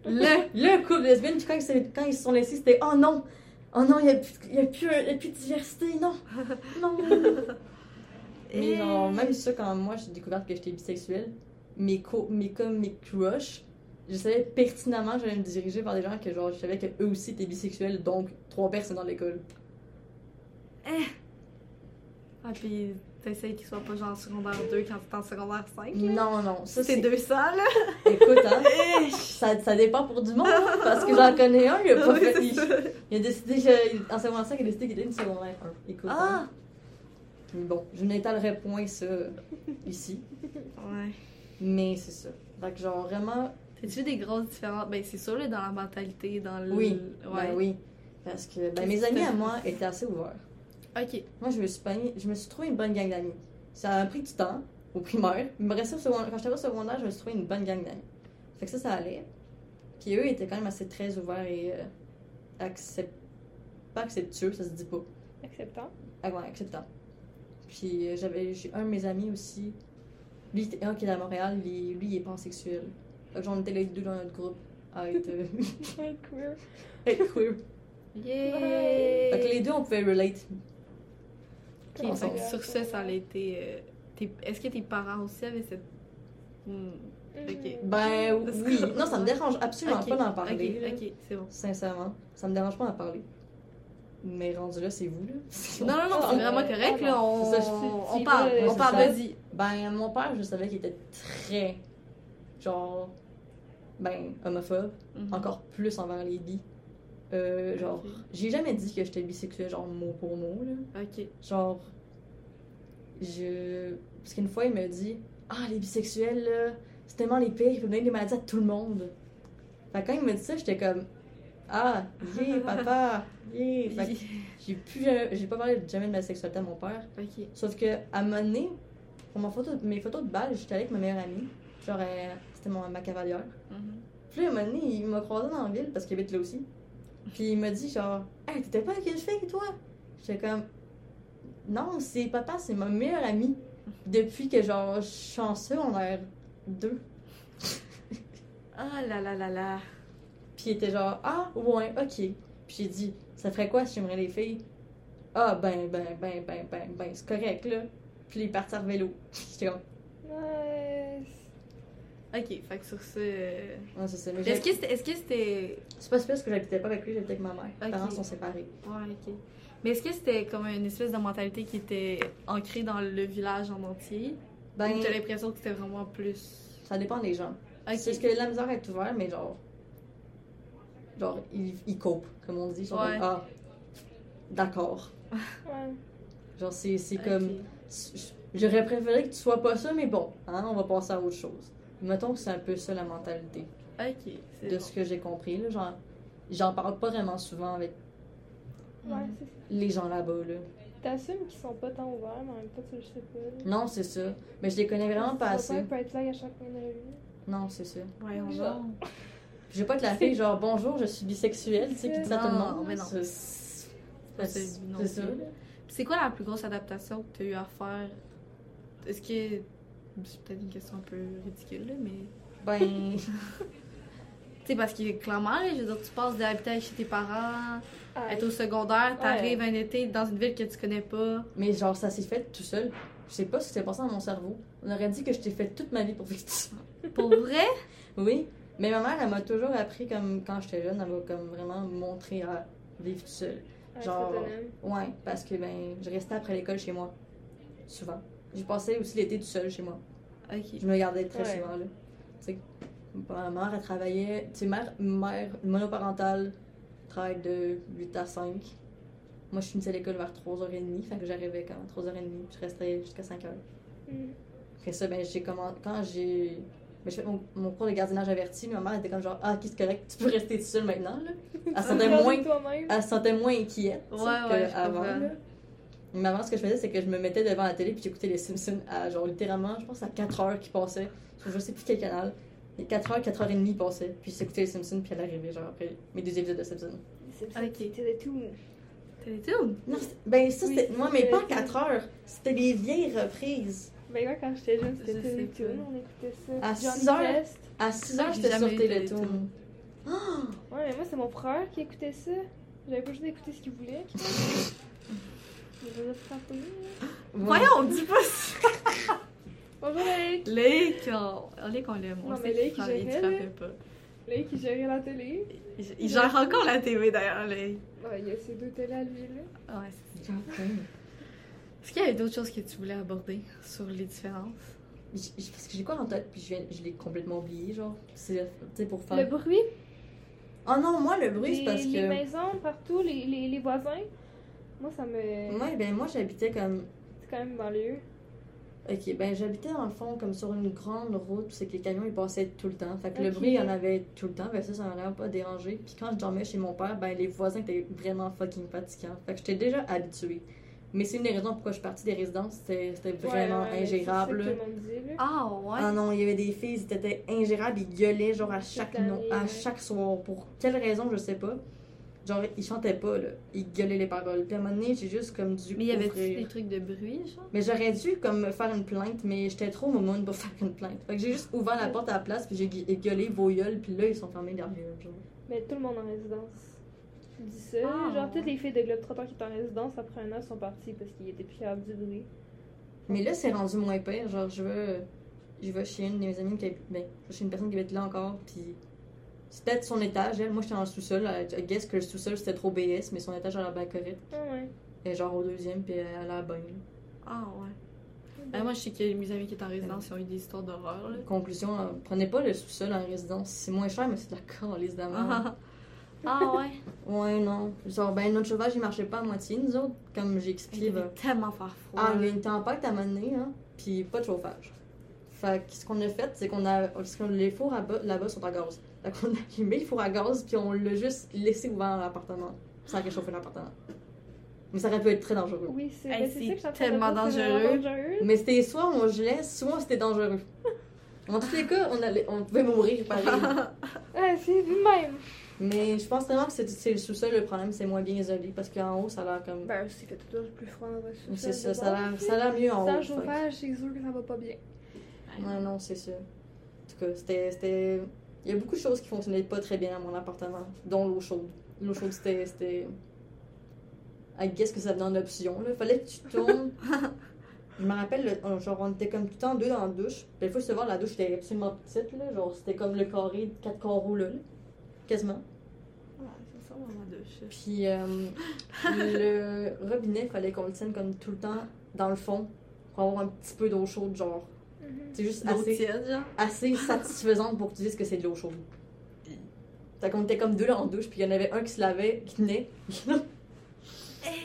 Speaker 1: Le.
Speaker 3: Le couple de lesbiennes, puis quand ils, se- quand ils se sont laissés, c'était oh non! Oh non, il n'y a, plus- il y a plus il y a plus de diversité, non! Non! Mais genre, même ça, quand moi j'ai découvert que j'étais bisexuelle, mes, co mes, comme mes crushs, je savais pertinemment que j'allais me diriger vers des gens que genre, je savais qu'eux aussi étaient bisexuels, donc trois personnes dans l'école.
Speaker 1: Ah, puis t'essayes qu'ils soient pas genre en secondaire 2 quand t'es en secondaire 5. Là.
Speaker 3: Non, non, ça
Speaker 1: c'est
Speaker 3: c'est.
Speaker 1: 200, là.
Speaker 3: Écoute,
Speaker 1: (laughs)
Speaker 3: hein, ça, ça dépend pour du monde, parce que j'en connais un,
Speaker 1: (laughs)
Speaker 3: il a pas
Speaker 1: Oui,
Speaker 3: fait.
Speaker 1: c'est
Speaker 3: Il,
Speaker 1: ça.
Speaker 3: il a décidé, que- en secondaire 5, il a décidé qu'il était une secondaire 1. Écoute.
Speaker 1: Ah!
Speaker 3: hein. Mais bon, je n'étalerai point ça ici,
Speaker 1: Ouais.
Speaker 3: mais c'est ça. Fait que genre, vraiment,
Speaker 1: T'as-tu vu des grosses différences? Ben, c'est sûr, là, dans la mentalité, dans le.
Speaker 3: Oui.
Speaker 1: Ouais.
Speaker 3: ben oui. Parce que ben, mes
Speaker 1: Qu'est-ce que
Speaker 3: amis
Speaker 1: t'as-
Speaker 3: à moi étaient assez ouverts.
Speaker 1: Ok.
Speaker 3: Moi, je me suis pogné- je me suis trouvé une bonne gang d'amis. Ça a pris du temps au primaire. Il me restait au secondaire. Quand j'étais au secondaire, je me suis trouvé une bonne gang d'amis. Fait que ça, ça allait. Puis eux étaient quand même assez très ouverts et euh, accept... pas acceptueux, ça se dit pas.
Speaker 2: Acceptant.
Speaker 3: (laughs) Ah ouais, acceptants. Puis euh, j'avais j'ai un de mes amis aussi. Lui, il était- ah, qui est à Montréal, lui, lui, il est pansexuel. Donc, on était les deux dans notre groupe à être, euh, (laughs)
Speaker 2: Ouais, queer.
Speaker 3: être queer.
Speaker 1: Yeah!
Speaker 3: Fait que les deux, on pouvait relate.
Speaker 1: Ok,
Speaker 2: On
Speaker 1: donc
Speaker 2: s'en
Speaker 1: sur ça, ça a été. euh, tes- Est-ce que tes parents aussi avaient cette. Hmm, Ok.
Speaker 2: Mhm.
Speaker 3: Ben oui. Non, ça me dérange absolument
Speaker 1: ok,
Speaker 3: pas d'en parler. là.
Speaker 1: Ok, ok, c'est bon.
Speaker 3: Sincèrement, ça me dérange pas d'en parler. Mais rendu là, c'est vous,
Speaker 1: Non,
Speaker 3: là.
Speaker 1: non, non,
Speaker 3: Ah,
Speaker 1: c'est vraiment
Speaker 2: ouais.
Speaker 1: correct, là. On,
Speaker 3: C'est ça, je-
Speaker 1: on
Speaker 2: c'est
Speaker 1: parle,
Speaker 2: vrai,
Speaker 1: on
Speaker 3: c'est
Speaker 1: parle,
Speaker 3: ça.
Speaker 1: vas-y.
Speaker 3: Ben, mon père, je savais qu'il était très, genre, ben, homophobe.
Speaker 1: Mhm.
Speaker 3: Encore plus envers les bi. Euh, genre,
Speaker 1: Ok.
Speaker 3: j'ai jamais dit que j'étais bisexuelle, genre, mot pour mot, là. (laughs)
Speaker 1: Ok.
Speaker 3: Genre, je. Parce qu'une fois, il me dit Ah, les bisexuels, là, c'est tellement les pires, ils peuvent donner des maladies à tout le monde. Fait que quand il me dit ça, j'étais comme Ah, yeah, papa, yeah. Fait que j'ai plus jamais- j'ai pas parlé jamais de ma sexualité à mon père.
Speaker 1: Ok.
Speaker 3: Sauf que, à un moment donné, pour ma photo, mes photos de balle, j'étais allée avec ma meilleure amie. Genre, elle- c'était mon, ma cavalière.
Speaker 1: Mhm.
Speaker 3: Puis là, à un moment donné, il m'a croisé dans la ville parce qu'il habite là aussi. Puis il m'a dit genre, hey, t'étais pas avec une fille, toi? J'étais comme, non, c'est papa, c'est ma meilleure amie. Depuis que genre, je suis en secondaire 2.
Speaker 1: Ah là là là là.
Speaker 3: Puis il était genre, ah, ouais, ok. Puis j'ai dit, ça ferait quoi si j'aimerais les filles? Ah, ben, ben, ben, ben, ben, ben, c'est correct, là. Puis il est parti en vélo. (laughs) J'étais comme,
Speaker 2: Nice.
Speaker 1: Ok, fait que sur ça. euh,
Speaker 3: non, Ah, c'est ça. Mais
Speaker 1: Est-ce
Speaker 3: j'ai-
Speaker 1: que c'était. Est-ce que c'était.
Speaker 3: c'est pas spécial parce que j'habitais pas avec lui, j'habitais avec ma mère. Mes
Speaker 1: Ok.
Speaker 3: parents sont séparés.
Speaker 1: Ouais, ok. Mais est-ce que c'était comme une espèce de mentalité qui était ancrée dans le village en entier?
Speaker 3: Ben,
Speaker 1: Ou t'as l'impression que c'était vraiment plus.
Speaker 3: ça dépend des gens.
Speaker 1: Ok.
Speaker 3: C'est parce que la misère est ouverte, mais genre. Genre, il, il cope, comme on dit. Genre,
Speaker 1: Ouais.
Speaker 3: ah, d'accord.
Speaker 2: Ouais.
Speaker 3: Genre, c'est c'est
Speaker 1: Ok.
Speaker 3: comme. J'aurais préféré que tu sois pas ça, mais bon, hein, on va passer à autre chose. Mettons que c'est un peu ça la mentalité,
Speaker 1: Ok, c'est
Speaker 3: de
Speaker 1: bon.
Speaker 3: ce que j'ai compris. Là, genre, j'en parle pas vraiment souvent avec
Speaker 2: Ouais,
Speaker 1: Mhm.
Speaker 2: c'est ça.
Speaker 3: les gens là-bas. Là.
Speaker 2: T'assumes qu'ils sont pas tant ouverts, mais en même temps, tu le sais pas. là.
Speaker 3: Non, c'est ça. Mais je les connais vraiment
Speaker 2: Tu vois
Speaker 3: pas assez.
Speaker 2: pas un pride flag à chaque coin de rue.
Speaker 3: Non, c'est ça.
Speaker 1: Ouais, on
Speaker 2: Genre-
Speaker 3: Puis J'ai pas de la fille, genre, bonjour, je suis bisexuelle, tu sais, qui dit ça à tout le
Speaker 1: Non,
Speaker 3: monde.
Speaker 1: mais non.
Speaker 3: C'est-
Speaker 1: Pas
Speaker 3: C'est
Speaker 1: celui- non
Speaker 3: c'est ça.
Speaker 1: plus.
Speaker 3: là.
Speaker 1: C'est quoi la plus grosse adaptation que t'as eu à faire? Est-ce que. C'est peut-être une question un peu ridicule, là, mais. (laughs)
Speaker 3: Ben.
Speaker 1: Tu sais, parce que clairement, là, je veux dire, tu passes d'habiter chez tes parents,
Speaker 2: Ah,
Speaker 1: être au secondaire, t'arrives un été dans une ville que tu connais pas.
Speaker 3: Mais genre, ça s'est fait tout seul. Je sais pas ce qui s'est passé dans mon cerveau. On aurait dit que je t'ai fait toute ma vie pour vivre ça.
Speaker 1: Pour (laughs) vrai?
Speaker 3: (laughs) Oui. Mais ma mère, elle m'a toujours appris, comme quand j'étais jeune, elle m'a comme vraiment montré à vivre tout seul.
Speaker 2: être
Speaker 3: genre-
Speaker 2: autonome.
Speaker 3: Ouais, parce que ben, je restais après l'école chez moi. Souvent. J'ai passé aussi l'été tout seul chez moi.
Speaker 1: Ok.
Speaker 3: Je me gardais très
Speaker 2: Ouais.
Speaker 3: souvent, là. Tu sais, ma mère, elle travaillait. Tu sais, mère, mère monoparentale, travaille de 8 à 5. Moi, je finissais l'école vers 3h30, fait que j'arrivais quand même à 3h30, je restais jusqu'à 5h.
Speaker 2: Mhm.
Speaker 3: Après ça, ben, j'ai comment... quand j'ai. ben, j'ai fait mon, mon cours de gardiennage averti, ma mère était comme genre Ah, qui c'est correct, tu peux rester toute seule maintenant. Là. Elle, se
Speaker 1: (laughs)
Speaker 2: Tu
Speaker 3: sentait
Speaker 2: te
Speaker 3: moins,
Speaker 2: gardes toi-même.
Speaker 3: elle se sentait moins inquiète tu sais,
Speaker 1: Ouais, ouais, je
Speaker 3: qu'avant.
Speaker 1: comprends.
Speaker 3: là. Mais avant, ce que je faisais, c'est que je me mettais devant la télé puis j'écoutais les Simpsons à genre littéralement, je pense à 4 heures qui passaient sur je sais plus quel canal. Et 4 heures, 4 heures et demie passaient, puis j'écoutais les Simpsons puis elle arrivait genre après mes deux épisodes de Simpsons.
Speaker 2: C'est
Speaker 1: Ok.
Speaker 2: c'était tout.
Speaker 1: Télétoon?
Speaker 3: Non, c'est- ben ça
Speaker 2: Oui,
Speaker 3: c'était.
Speaker 2: c'est
Speaker 3: Moi, mais
Speaker 2: ça,
Speaker 3: pas
Speaker 2: c'est-
Speaker 3: 4 heures, c'était des vieilles reprises.
Speaker 2: Ben moi, quand j'étais jeune,
Speaker 1: Je
Speaker 2: c'était
Speaker 1: sais
Speaker 2: Télétoon,
Speaker 1: pas.
Speaker 2: on écoutait ça.
Speaker 3: À
Speaker 2: Johnny
Speaker 3: six heures?
Speaker 2: Test.
Speaker 3: À 6 heures,
Speaker 1: J'ai
Speaker 3: j'étais sur
Speaker 1: jamais eu
Speaker 3: Télétoon.
Speaker 1: Télétoon.
Speaker 3: Ah!
Speaker 2: Ouais, mais moi, c'est mon frère qui écoutait ça. J'avais pas juste d'écouter ce qu'il
Speaker 3: (laughs)
Speaker 2: voulait. qu'il fasse. Il faisait tout en folie, là.
Speaker 1: Voyons, dis pas ça!
Speaker 2: Bonjour Loïc!
Speaker 1: Léic, on, Léic, on l'aime. On
Speaker 2: Non,
Speaker 1: le sait
Speaker 2: mais
Speaker 1: qu'il
Speaker 2: Léic, il
Speaker 1: travaille, il
Speaker 2: gérait,
Speaker 1: travaille pas.
Speaker 2: Loïc, qui gérait la télé.
Speaker 1: Il, il gère encore la TV d'ailleurs, Léic.
Speaker 2: Ouais, il y a ces deux télés à lui, là.
Speaker 1: Ouais, c'est-
Speaker 3: Je-
Speaker 1: Est-ce qu'il y avait d'autres choses que tu voulais aborder sur les différences?
Speaker 3: je- Parce que j'ai quoi en tête, puis je, viens- je l'ai complètement oublié, genre. C'est tu sais, pour
Speaker 2: Le
Speaker 3: faire.
Speaker 2: bruit,
Speaker 3: Oh non, moi, le bruit, c'est
Speaker 2: les,
Speaker 3: parce
Speaker 2: les
Speaker 3: que.
Speaker 2: maisons partout, les, les, les voisins. Moi, ça me.
Speaker 3: Ouais, ben moi, j'habitais comme.
Speaker 2: C'est quand même banlieue.
Speaker 3: Ok, ben j'habitais dans le fond, comme sur une grande route, c'est que les camions, ils passaient tout le temps. Fait que le
Speaker 2: Ok.
Speaker 3: bruit, il y en avait tout le temps, ben ça, ça m'a vraiment pas dérangé. Puis quand je dormais chez mon père, ben les voisins étaient vraiment fucking fatigants. Fait que j'étais déjà habituée. Mais c'est une des raisons pourquoi je suis partie des résidences, c'était c'était vraiment
Speaker 2: Ouais, ouais, mais c'est
Speaker 3: ingérable.
Speaker 2: ça que tout le monde dit, là.
Speaker 1: Ah ouais?
Speaker 3: Ah non, il y avait des filles, ils étaient ingérables, ils gueulaient genre à
Speaker 2: Toute
Speaker 3: chaque,
Speaker 2: la
Speaker 3: no-
Speaker 2: nuit,
Speaker 3: à
Speaker 2: ouais.
Speaker 3: chaque soir. Pour quelle raison, je sais pas. Genre, ils chantaient pas, là. Ils gueulaient les paroles. Puis à un moment donné, j'ai juste comme dû.
Speaker 1: Mais il y avait
Speaker 3: ouvrir.
Speaker 1: des trucs de bruit, genre?
Speaker 3: Mais j'aurais dû comme faire une plainte, mais j'étais trop momoune pour (laughs) faire une plainte. Fait que j'ai juste ouvert la porte à la place, puis j'ai gu- gueulé vos gueules, puis là, ils sont fermés derrière. genre.
Speaker 2: Mais tout le monde en résidence. Je dis ça.
Speaker 1: Ah.
Speaker 2: Genre, toutes les filles de Globetrotter qui étaient en résidence, après un an, sont parties parce qu'ils étaient plus capables du bruit.
Speaker 3: Mais là, c'est rendu moins pire. Genre, je veux. Je vais chez une de mes amies qui habite. Ben, je vais chez une personne qui habite là encore, puis. C'était peut-être son étage, elle. Moi, j'étais dans le sous-sol. Elle- I guess que le sous-sol, c'était trop BS, mais son étage, elle a la correcte.
Speaker 2: Ah ouais.
Speaker 3: Et genre au deuxième, puis elle a la bain.
Speaker 1: Ah ouais.
Speaker 3: Ah,
Speaker 1: Ben, moi, je sais que mes amis qui étaient en résidence, ils ont eu des histoires d'horreur, là.
Speaker 3: Conclusion, euh, prenez pas le sous-sol en résidence. C'est moins cher, mais c'est de la calice d'amende.
Speaker 1: Ah, ah (laughs) ouais.
Speaker 3: Ouais, non. Genre, ben, notre cheval, il marchait pas à moitié, nous autres, comme j'ai
Speaker 1: Il
Speaker 3: expliqué.
Speaker 1: devait
Speaker 3: là.
Speaker 1: tellement faire froid.
Speaker 3: bah. Ah, il y
Speaker 1: là.
Speaker 3: a une tempête à un moment donné, hein, puis pas de chauffage. Fait que ce qu'on a fait, c'est qu'on a. parce que les fours à bas- là-bas sont à gaz. Fait qu'on a allumé le four à gaz, puis on l'a juste laissé ouvert dans l'appartement. Ça a réchauffé l'appartement. Mais ça aurait pu être très dangereux.
Speaker 2: Oui, c'est
Speaker 1: Hey,
Speaker 2: ben, c'est ça que je suis en train de
Speaker 1: tellement
Speaker 2: dire, c'est vraiment dangereux.
Speaker 3: Mais c'était soit on gelait, soit c'était dangereux. En tous les cas, on, allait, on pouvait mourir (laughs) pareil.
Speaker 2: Ouais, Ah, c'est le même.
Speaker 3: Mais je pense vraiment que c'est- c'est le sous-sol le problème, c'est moins bien isolé parce qu'en haut ça a l'air comme.
Speaker 2: Ben, c'est que tout le plus froid dans le sous-sol.
Speaker 3: c'est ça, ça a l'air- ça a l'air mieux en haut.
Speaker 2: Sans
Speaker 3: fait que-
Speaker 2: chauffage, c'est sûr que ça va pas bien.
Speaker 3: Ouais, non, c'est sûr. En tout cas, c'était- c'était. Il y a beaucoup de choses qui fonctionnaient pas très bien à mon appartement, dont l'eau chaude. L'eau chaude, c'était. c'était... I guess que ça venait en option, là. Fallait que tu tournes. je me rappelle, le- on- genre, on était comme tout le temps deux dans la douche. Puis, il faut se voir, la douche était absolument petite, là. Genre, c'était comme le carré de quatre carreaux, là. là. Quasiment.
Speaker 1: Ouais, c'est ça, maman de chef.
Speaker 3: Puis, euh, le robinet, fallait qu'on le tienne comme tout le temps dans le fond pour avoir un petit peu d'eau chaude, genre. Ah, C'est juste
Speaker 1: L'eau
Speaker 3: assez
Speaker 1: tiède, genre.
Speaker 3: assez satisfaisante pour que tu dises que c'est de l'eau chaude. Fait qu'on était comme deux là en douche, puis il y en avait un qui se lavait, qui tenait.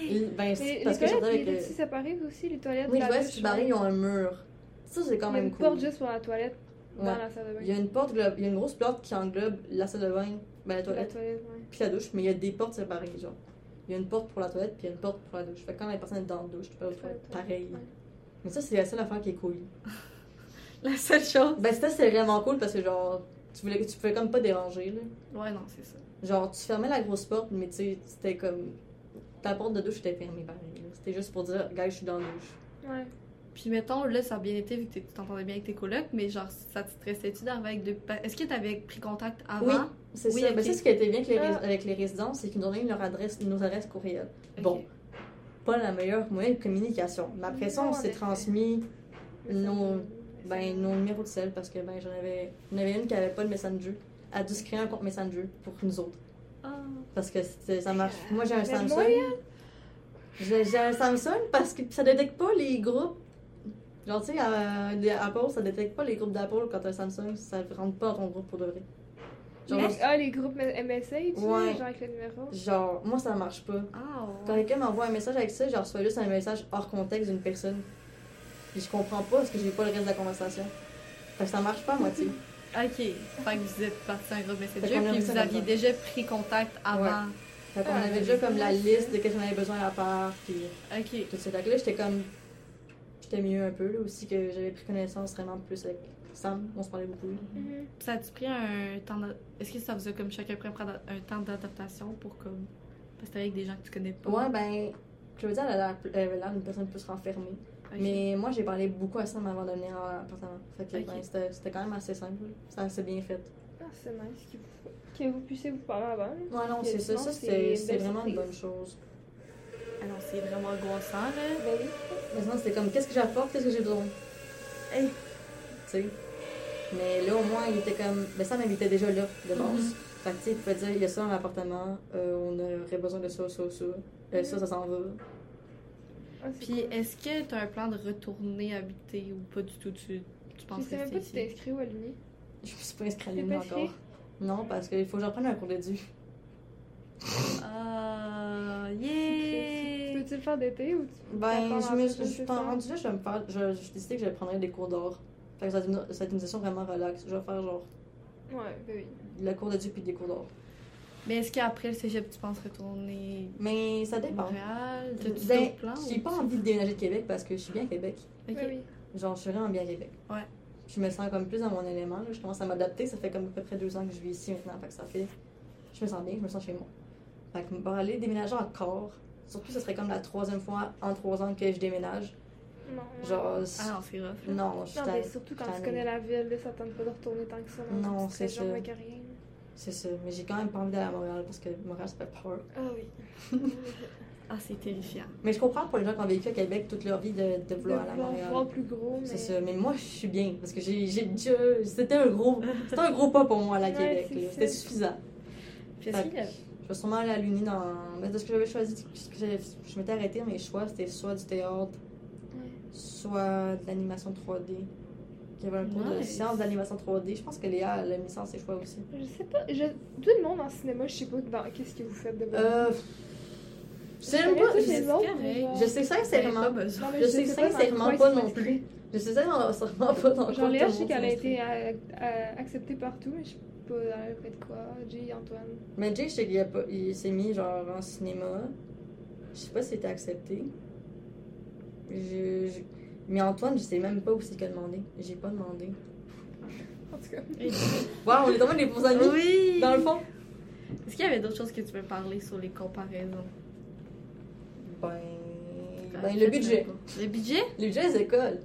Speaker 3: Il- ben,
Speaker 2: Mais
Speaker 3: c'est
Speaker 2: les
Speaker 3: parce que
Speaker 2: toilettes,
Speaker 3: j'entends avec
Speaker 2: les
Speaker 3: le.
Speaker 2: aussi séparées aussi, les toilettes.
Speaker 3: Oui,
Speaker 2: la
Speaker 3: je vois,
Speaker 2: douche,
Speaker 3: si barré, ils ont un mur. Ça, c'est quand
Speaker 2: Il y a
Speaker 3: même
Speaker 2: une
Speaker 3: cool.
Speaker 2: porte juste pour la toilette
Speaker 3: Ouais.
Speaker 2: dans la salle de bain.
Speaker 3: Il y a une porte, glo- il y a une grosse porte qui englobe la salle de bain, ben, la
Speaker 2: La
Speaker 3: toilette,
Speaker 2: toilette, ouais.
Speaker 3: puis la douche, mais il y a des portes séparées, genre. Il y a une porte pour la toilette, puis il y a une porte pour la douche. Fait que quand la personne est dans la douche, tu peux aller aux
Speaker 2: Toilette,
Speaker 3: toilettes.
Speaker 2: toilette,
Speaker 3: Pareil.
Speaker 2: ouais.
Speaker 3: Mais ça, c'est la seule affaire qui est cool.
Speaker 1: La seule chose.
Speaker 3: Ben, ça, c'est vraiment cool parce que, genre, tu, voulais, tu pouvais comme pas déranger, là.
Speaker 1: Ouais, non, c'est ça.
Speaker 3: Genre, tu fermais la grosse porte, mais tu sais, c'était comme. Ta porte de douche était fermée, pareil. là. C'était juste pour dire, gars, je suis dans la douche.
Speaker 2: Ouais.
Speaker 1: Puis mettons, là, ça a bien été vu que t'es- tu t'entendais bien avec tes colocs, mais genre, ça te stressait-tu d'arriver avec deux. pa- Est-ce que t'avais pris contact avant?
Speaker 3: Oui, c'est
Speaker 1: Oui,
Speaker 3: ça.
Speaker 1: ok.
Speaker 3: Ben, ça, ce qui était bien avec les, rés-
Speaker 2: Ah.
Speaker 3: avec les résidences, c'est qu'ils nous donnaient leur adresse, nos adresses courriel.
Speaker 1: Ok.
Speaker 3: Bon, pas la meilleure moyen de communication. Mais après ça,
Speaker 2: Non,
Speaker 3: on
Speaker 2: en
Speaker 3: s'est
Speaker 2: effet.
Speaker 3: transmis
Speaker 2: Mais ça-
Speaker 3: Non,
Speaker 2: mais ça-
Speaker 3: ben, nos numéros de sel parce que ben, j'en avais, j'en avais une qui avait pas de Messenger. Elle a dû se créer un compte Messenger pour nous autres.
Speaker 1: Ah.
Speaker 3: Parce que c'était- ça marche. Moi, j'ai un
Speaker 2: Ah. Mais
Speaker 3: Samsung.
Speaker 2: moi,
Speaker 3: J'ai j'ai un Samsung parce que ça détecte pas les groupes. Genre, tu sais, à- à Apple, ça détecte pas les groupes d'Apple quand t'as un Samsung, ça rentre pas dans ton groupe pour de vrai. Genre,
Speaker 2: Mais- Ah, les groupes MSA, tu sais,
Speaker 3: Ouais.
Speaker 2: genre avec le numéro.
Speaker 3: genre, moi, ça marche pas.
Speaker 1: Ah,
Speaker 3: Quand
Speaker 1: ouais.
Speaker 3: quelqu'un m'envoie un message avec ça, je reçois juste un message hors contexte d'une personne. Puis je comprends pas parce que j'ai pas le reste de la conversation. Fait que ça marche pas à moitié.
Speaker 1: Ok. Fait que vous êtes parti un groupe
Speaker 3: Fait
Speaker 1: Messenger,
Speaker 3: qu'on a
Speaker 1: puis
Speaker 3: mis
Speaker 1: vous
Speaker 3: ça
Speaker 1: aviez
Speaker 3: là-dedans.
Speaker 1: déjà pris contact avant.
Speaker 3: Fait qu'on
Speaker 2: Ah,
Speaker 3: avait déjà comme la
Speaker 2: ouais.
Speaker 3: liste de qu'est-ce qu'on avait besoin à part, puis
Speaker 1: Ok.
Speaker 3: tout ça. Fait que là, j'étais comme. J'étais mieux un peu, là, aussi, que j'avais pris connaissance vraiment plus avec Sam. On se parlait beaucoup. là.
Speaker 2: Mhm.
Speaker 1: Ça a-tu pris un temps d'a- Est-ce que ça vous a comme chacun pris un prendre un temps d'adaptation pour comme. Parce que t'es avec des gens que tu connais pas.
Speaker 3: Ouais, ben, Claudia, elle a l'air pl- elle avait l'air d'une personne plus renfermée.
Speaker 1: Ok.
Speaker 3: Mais moi, j'ai parlé beaucoup à Sam avant de venir à l'appartement. Fait que
Speaker 1: Ok.
Speaker 3: ben, c'était c'était quand même assez simple. Ça s'est bien fait.
Speaker 2: Ah, c'est nice que vous, que vous puissiez vous parler avant. là.
Speaker 3: Ouais, non,
Speaker 2: Et
Speaker 3: c'est ça.
Speaker 2: sinon,
Speaker 3: Ça,
Speaker 2: c'est
Speaker 3: c'était
Speaker 2: une
Speaker 3: c'est
Speaker 2: belle
Speaker 3: vraiment une bonne
Speaker 2: surprise.
Speaker 3: chose.
Speaker 1: Ah non, c'est vraiment angoissant, là.
Speaker 2: Ben oui.
Speaker 3: Maintenant, c'était comme, qu'est-ce que j'apporte, qu'est-ce que j'ai besoin?
Speaker 1: Hey.
Speaker 3: Tu sais. Mais là, au moins, il était comme. Ben, Sam, il était déjà là, de base.
Speaker 1: Mhm.
Speaker 3: Fait que, tu sais, il pouvait dire, il y a ça dans l'appartement, euh, on aurait besoin de ça, ça, ça. Euh, ça, ça s'en va.
Speaker 2: Ah, c'est
Speaker 1: Puis
Speaker 2: cool.
Speaker 1: est-ce que t'as un plan de retourner habiter ou pas du tout? Tu, tu
Speaker 2: Je
Speaker 1: penses
Speaker 2: sais même
Speaker 1: rester
Speaker 2: pas si t'es
Speaker 1: ici?
Speaker 2: inscrit ou allumé.
Speaker 3: Je me suis pas inscrite
Speaker 2: T'es
Speaker 3: à
Speaker 2: pas
Speaker 3: encore.
Speaker 2: inscrite?
Speaker 3: Non, parce qu'il faut que je reprenne un cours de dû.
Speaker 1: Ah,
Speaker 2: Tu
Speaker 1: yeah!
Speaker 2: Peux-tu le faire d'été ou tu
Speaker 3: Ben,
Speaker 2: t'attends
Speaker 3: je
Speaker 2: la
Speaker 3: me
Speaker 2: prochaine
Speaker 3: suis pas
Speaker 2: session?
Speaker 3: rendue là, je vais me faire. Je, je décidais que je prendrais des cours d'or. Fait que ça va être une- ça va être une session vraiment relax. Je vais faire genre
Speaker 2: Ouais, ben oui.
Speaker 3: la cours de Dieu puis des cours d'or.
Speaker 1: Mais est-ce qu'après le cégep, tu penses retourner
Speaker 3: Mais ça
Speaker 1: à
Speaker 3: dépend.
Speaker 1: Montréal? T'as-tu
Speaker 3: Ben,
Speaker 1: d'autres plans?
Speaker 3: J'ai
Speaker 1: ou-
Speaker 3: pas envie de déménager de Québec parce que je suis bien à Québec.
Speaker 1: Ok.
Speaker 2: Ben oui.
Speaker 3: Genre, je suis vraiment bien à Québec.
Speaker 1: Ouais.
Speaker 3: Je me sens comme plus dans mon élément. là. Je commence à m'adapter. Ça fait comme à peu près deux ans que je vis ici maintenant. Fait que ça fait. Je me sens bien, je me sens chez moi. Fait que bon, aller déménager encore. Surtout, ce serait comme la troisième fois en trois ans que je déménage.
Speaker 2: Non. ouais.
Speaker 3: Genre,
Speaker 1: Ah non, c'est rough.
Speaker 3: non, je suis
Speaker 2: Non,
Speaker 3: allée-
Speaker 2: mais surtout quand tu
Speaker 3: tannée.
Speaker 2: connais la ville, là, ça tente pas de retourner tant que ça. dans
Speaker 3: Non,
Speaker 2: une petite
Speaker 3: c'est
Speaker 2: région
Speaker 3: ça.
Speaker 2: avec rien.
Speaker 3: C'est ça. Mais j'ai quand même pas envie d'aller à Montréal parce que Montréal, ça fait peur.
Speaker 2: Ah
Speaker 3: (laughs)
Speaker 2: oui.
Speaker 1: Ah, c'est terrifiant.
Speaker 3: Mais je comprends pour les gens qui ont vécu à Québec toute leur vie de, de vouloir aller à
Speaker 2: De
Speaker 3: Montréal.
Speaker 2: voir plus gros, mais.
Speaker 3: C'est ça. Mais moi, je suis bien parce que j'ai j'ai déjà. C'était un gros. C'était un gros pas pour moi aller à
Speaker 2: Ouais,
Speaker 3: Québec.
Speaker 2: c'est
Speaker 3: là.
Speaker 2: ça.
Speaker 3: C'était suffisant.
Speaker 1: Puis
Speaker 3: Fait
Speaker 1: est-ce qu'il y a-
Speaker 3: Je vais sûrement aller à l'Uni dans. Mais de ce que j'avais choisi, ce que j'avais- je m'étais arrêtée, mes choix, c'était soit du théâtre,
Speaker 2: Ouais.
Speaker 3: soit de l'animation 3D. Il y avait un cours de
Speaker 1: Nice.
Speaker 3: science d'animation 3D. Je pense que Léa, elle a mis ça en ses choix aussi.
Speaker 2: Je sais pas. Je... Tout le monde en cinéma, je sais pas dans... qu'est-ce que vous faites de votre
Speaker 3: Euh. Je sais
Speaker 2: Je
Speaker 3: même
Speaker 2: connais
Speaker 3: pas.
Speaker 2: tous
Speaker 3: je-
Speaker 2: les autres,
Speaker 1: correct.
Speaker 2: mais genre-
Speaker 3: Je sais sincèrement.
Speaker 1: Pas besoin.
Speaker 3: (laughs)
Speaker 2: Non, mais
Speaker 3: je sais
Speaker 2: pas dans
Speaker 3: sincèrement
Speaker 2: quoi
Speaker 3: pas
Speaker 2: ils sont
Speaker 3: non
Speaker 2: inscrits.
Speaker 3: plus. Je sais (laughs) sincèrement sûrement pas dans quoi
Speaker 2: Genre, Léa, je
Speaker 3: tout le
Speaker 2: sais
Speaker 3: monde
Speaker 2: qu'elle a
Speaker 3: s'inscrit.
Speaker 2: été euh, euh, acceptée partout, mais je sais pas dans le fait de quoi. J, Antoine.
Speaker 3: Mais Jay, je sais qu'il a pas- il s'est mis genre en cinéma. Je sais pas si c'était accepté. Je, je- Mais Antoine, je sais même pas où c'est qu'il a demandé. J'ai pas demandé.
Speaker 2: En tout cas.
Speaker 3: Waouh, on est tombés des bons amis.
Speaker 1: Oui!
Speaker 3: Dans le fond.
Speaker 1: Est-ce qu'il y avait d'autres choses que tu veux parler sur les comparaisons?
Speaker 3: Ben.
Speaker 1: Ah,
Speaker 3: Ben, le
Speaker 1: peut-être
Speaker 3: budget.
Speaker 1: même pas. Le budget?
Speaker 3: Les budgets des écoles.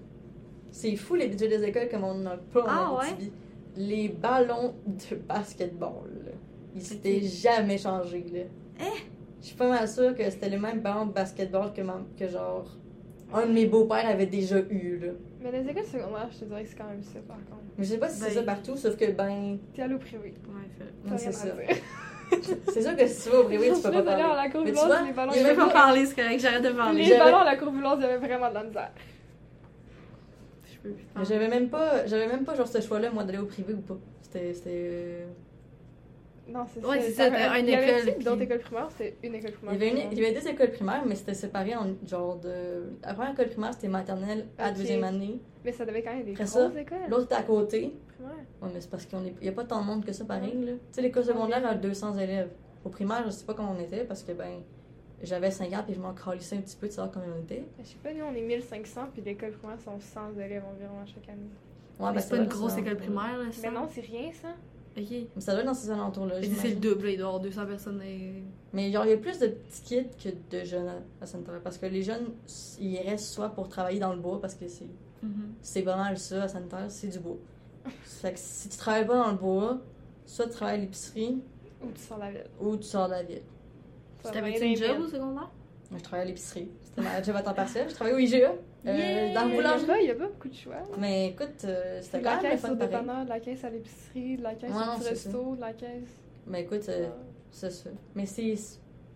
Speaker 3: C'est fou les budgets des écoles comme on n'en a pas en
Speaker 1: Ah, ouais?
Speaker 3: Abitibi. Les ballons de basketball, là, ils s'étaient
Speaker 1: Ok.
Speaker 3: jamais changés. Là.
Speaker 1: Hein?
Speaker 3: Je suis pas mal sûre que c'était le même ballon de basketball que, ma- que genre un de mes beaux-pères avait déjà eu. Là.
Speaker 2: Mais les écoles secondaires, je te dirais que c'est quand même ça, par contre.
Speaker 3: Mais je sais pas si c'est
Speaker 1: Ben-
Speaker 3: ça partout, sauf que ben.
Speaker 2: T'es allé au privé.
Speaker 1: Ouais, fait-
Speaker 2: T'as
Speaker 3: non,
Speaker 2: rien
Speaker 3: c'est
Speaker 2: à
Speaker 3: ça.
Speaker 2: dire.
Speaker 3: C'est sûr que si tu vas au privé,
Speaker 2: (laughs)
Speaker 3: tu peux pas
Speaker 2: à
Speaker 3: parler.
Speaker 2: la
Speaker 3: Mais tu
Speaker 2: Courbeulance,
Speaker 3: vois,
Speaker 2: les ballons,
Speaker 3: il y
Speaker 1: Je vais
Speaker 3: avait
Speaker 2: les
Speaker 1: pas
Speaker 3: pas-
Speaker 1: parler, c'est correct, j'arrête de parler.
Speaker 2: les
Speaker 3: j'avais-
Speaker 2: ballons à la Courbeulance, ils avaient vraiment de la misère.
Speaker 1: Je peux plus
Speaker 3: Mais
Speaker 1: parler.
Speaker 3: J'avais même pas, j'avais même pas genre ce choix-là, moi, d'aller au privé ou pas. C'était, c'était euh,
Speaker 2: Non, c'est
Speaker 1: Ouais,
Speaker 2: ça.
Speaker 1: c'est ça,
Speaker 2: avait-
Speaker 1: t'as une
Speaker 2: il y avait
Speaker 1: école,
Speaker 2: une D'autres
Speaker 1: puis-
Speaker 2: écoles primaires, c'est une école
Speaker 3: Il
Speaker 2: primaire.
Speaker 3: y, avait une-
Speaker 2: tout le
Speaker 3: il y avait deux écoles primaires, mais c'était séparé en genre de. La première école primaire, c'était maternelle à
Speaker 2: Ok.
Speaker 3: deuxième année.
Speaker 2: monde. Mais ça devait quand même des
Speaker 3: Après
Speaker 2: grosses
Speaker 3: ça,
Speaker 2: écoles.
Speaker 3: L'autre était à côté.
Speaker 2: primaires.
Speaker 3: Ouais, mais c'est parce qu'il n'y a pas tant de monde que ça, pareil.
Speaker 1: Mhm.
Speaker 3: là. Tu sais, l'école secondaire a 200 élèves. Au primaire, je sais pas comment on était parce que, ben, j'avais 50 et je m'en calissais un petit peu de savoir comment on était.
Speaker 2: Je sais pas, nous, on est 1500, puis l'école primaire sont 100 élèves environ à chaque année.
Speaker 3: Ouais, ben,
Speaker 1: Mais Ah,
Speaker 3: ça
Speaker 1: c'est pas
Speaker 3: doit
Speaker 1: une
Speaker 3: être
Speaker 1: grosse
Speaker 3: ça.
Speaker 1: école primaire, là, ça?
Speaker 2: Mais non, c'est rien, ça.
Speaker 1: Ok.
Speaker 3: Mais ça doit être dans ces alentours-là.
Speaker 1: J'ai dit, C'est le
Speaker 3: j'imagine.
Speaker 1: double, là, il doit y avoir 200 personnes. et-
Speaker 3: Mais genre, il y a plus de petits kids que de jeunes à- à Sainte-Thérèse parce que les jeunes, ils restent soit pour travailler dans le bois parce que c'est
Speaker 1: Mhm.
Speaker 3: c'est pas mal ça à Sainte-Thérèse, c'est du bois. Fait que si tu travailles pas dans le bois, soit tu travailles à l'épicerie
Speaker 2: Ou tu sors la ville.
Speaker 3: ou tu sors de la ville.
Speaker 2: Ça va
Speaker 1: T'avais-tu
Speaker 2: bien
Speaker 1: une job
Speaker 2: bien.
Speaker 1: au secondaire?
Speaker 3: Moi, Je travaillais à l'épicerie. C'était ma job à temps partiel. Je travaillais au IGA, euh,
Speaker 1: Yeah!
Speaker 3: dans
Speaker 2: Mais
Speaker 3: le
Speaker 2: il y a
Speaker 3: boulangerie.
Speaker 2: pas- Il y a pas beaucoup de choix.
Speaker 3: Mais écoute, euh,
Speaker 2: De
Speaker 3: c'était
Speaker 2: la
Speaker 3: quand même le
Speaker 2: caisse
Speaker 3: fun
Speaker 2: au
Speaker 3: pareil.
Speaker 2: dépanneur, de la caisse à l'épicerie, de la caisse
Speaker 3: Ouais, non,
Speaker 2: au petit
Speaker 3: c'est
Speaker 2: resto, de la caisse.
Speaker 3: Mais écoute, euh, c'est ça. Mais c'est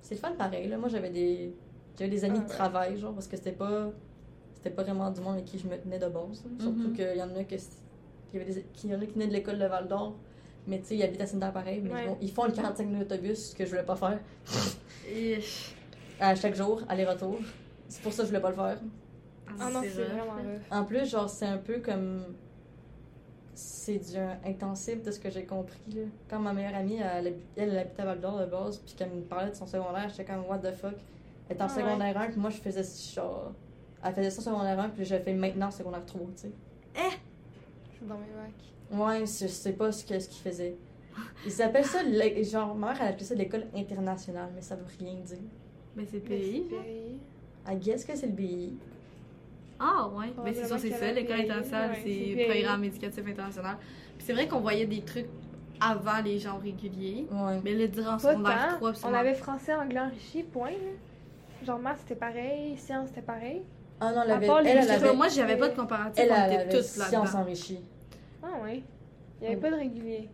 Speaker 3: c'est le fun pareil. Là. Moi, j'avais des j'avais des amis
Speaker 2: Ah, ouais.
Speaker 3: de travail, genre, parce que c'était pas c'était pas vraiment du monde avec qui je me tenais de base. là. Surtout
Speaker 1: Mhm.
Speaker 3: qu'il y en a que c- qu'il y avait des- qu'il y en a qui venaient de l'école de Val d'Or. Mais tu sais, ils habitent à Sainte-Anne pareil, mais
Speaker 2: Ouais.
Speaker 3: ils, font, ils font le 45 minutes d'autobus, ce que je voulais pas faire.
Speaker 1: Ich.
Speaker 3: à chaque jour, aller-retour. C'est pour ça que je voulais pas le faire.
Speaker 2: Ah non, c'est
Speaker 1: rough,
Speaker 2: vraiment
Speaker 1: là.
Speaker 2: rough.
Speaker 3: En plus, genre, c'est un peu comme. C'est du intensif de ce que j'ai compris, là. Quand ma meilleure amie, elle, hab- elle, elle habitait à Val d'Or de base, puis qu'elle me parlait de son secondaire, j'étais comme, what the fuck. Elle était en
Speaker 2: Ah ouais.
Speaker 3: secondaire 1, puis moi, je faisais genre. Elle faisait ça en secondaire 1, puis je fais maintenant en secondaire 3, tu sais.
Speaker 2: C'est dans mes vacs.
Speaker 3: Ouais, je sais pas ce que- ce qu'ils faisaient. Ils appellent ça, le- genre, ma mère, elle appelait ça l'école internationale, mais ça veut rien dire.
Speaker 1: Mais c'est le pays. là.
Speaker 3: I guess que c'est le BI.
Speaker 1: Ah ouais, mais c'est sûr, c'est
Speaker 2: Probablement
Speaker 1: ça,
Speaker 2: qu'elle
Speaker 1: l'école
Speaker 2: avait-
Speaker 1: internationale,
Speaker 2: ouais, c'est
Speaker 1: c'est
Speaker 2: bien.
Speaker 1: programme éducatif international. Puis c'est vrai qu'on voyait des trucs avant les gens réguliers,
Speaker 3: Ouais.
Speaker 1: mais le dire en
Speaker 2: Pas
Speaker 1: secondaire
Speaker 2: tant.
Speaker 1: 3,
Speaker 2: On avait français, anglais enrichi, point. là. Genre maths, c'était pareil, sciences, c'était pareil.
Speaker 3: Ah non, elle avait.
Speaker 2: part les
Speaker 3: Elle, elle
Speaker 2: muscles,
Speaker 3: avait.
Speaker 1: Moi, j'avais pas de comparatif,
Speaker 3: Elle,
Speaker 1: on
Speaker 3: elle
Speaker 1: était
Speaker 3: avait
Speaker 1: tous
Speaker 3: science
Speaker 1: là-dedans.
Speaker 3: enrichie.
Speaker 2: Ah ouais. Il y avait
Speaker 3: Mm.
Speaker 2: pas de régulier.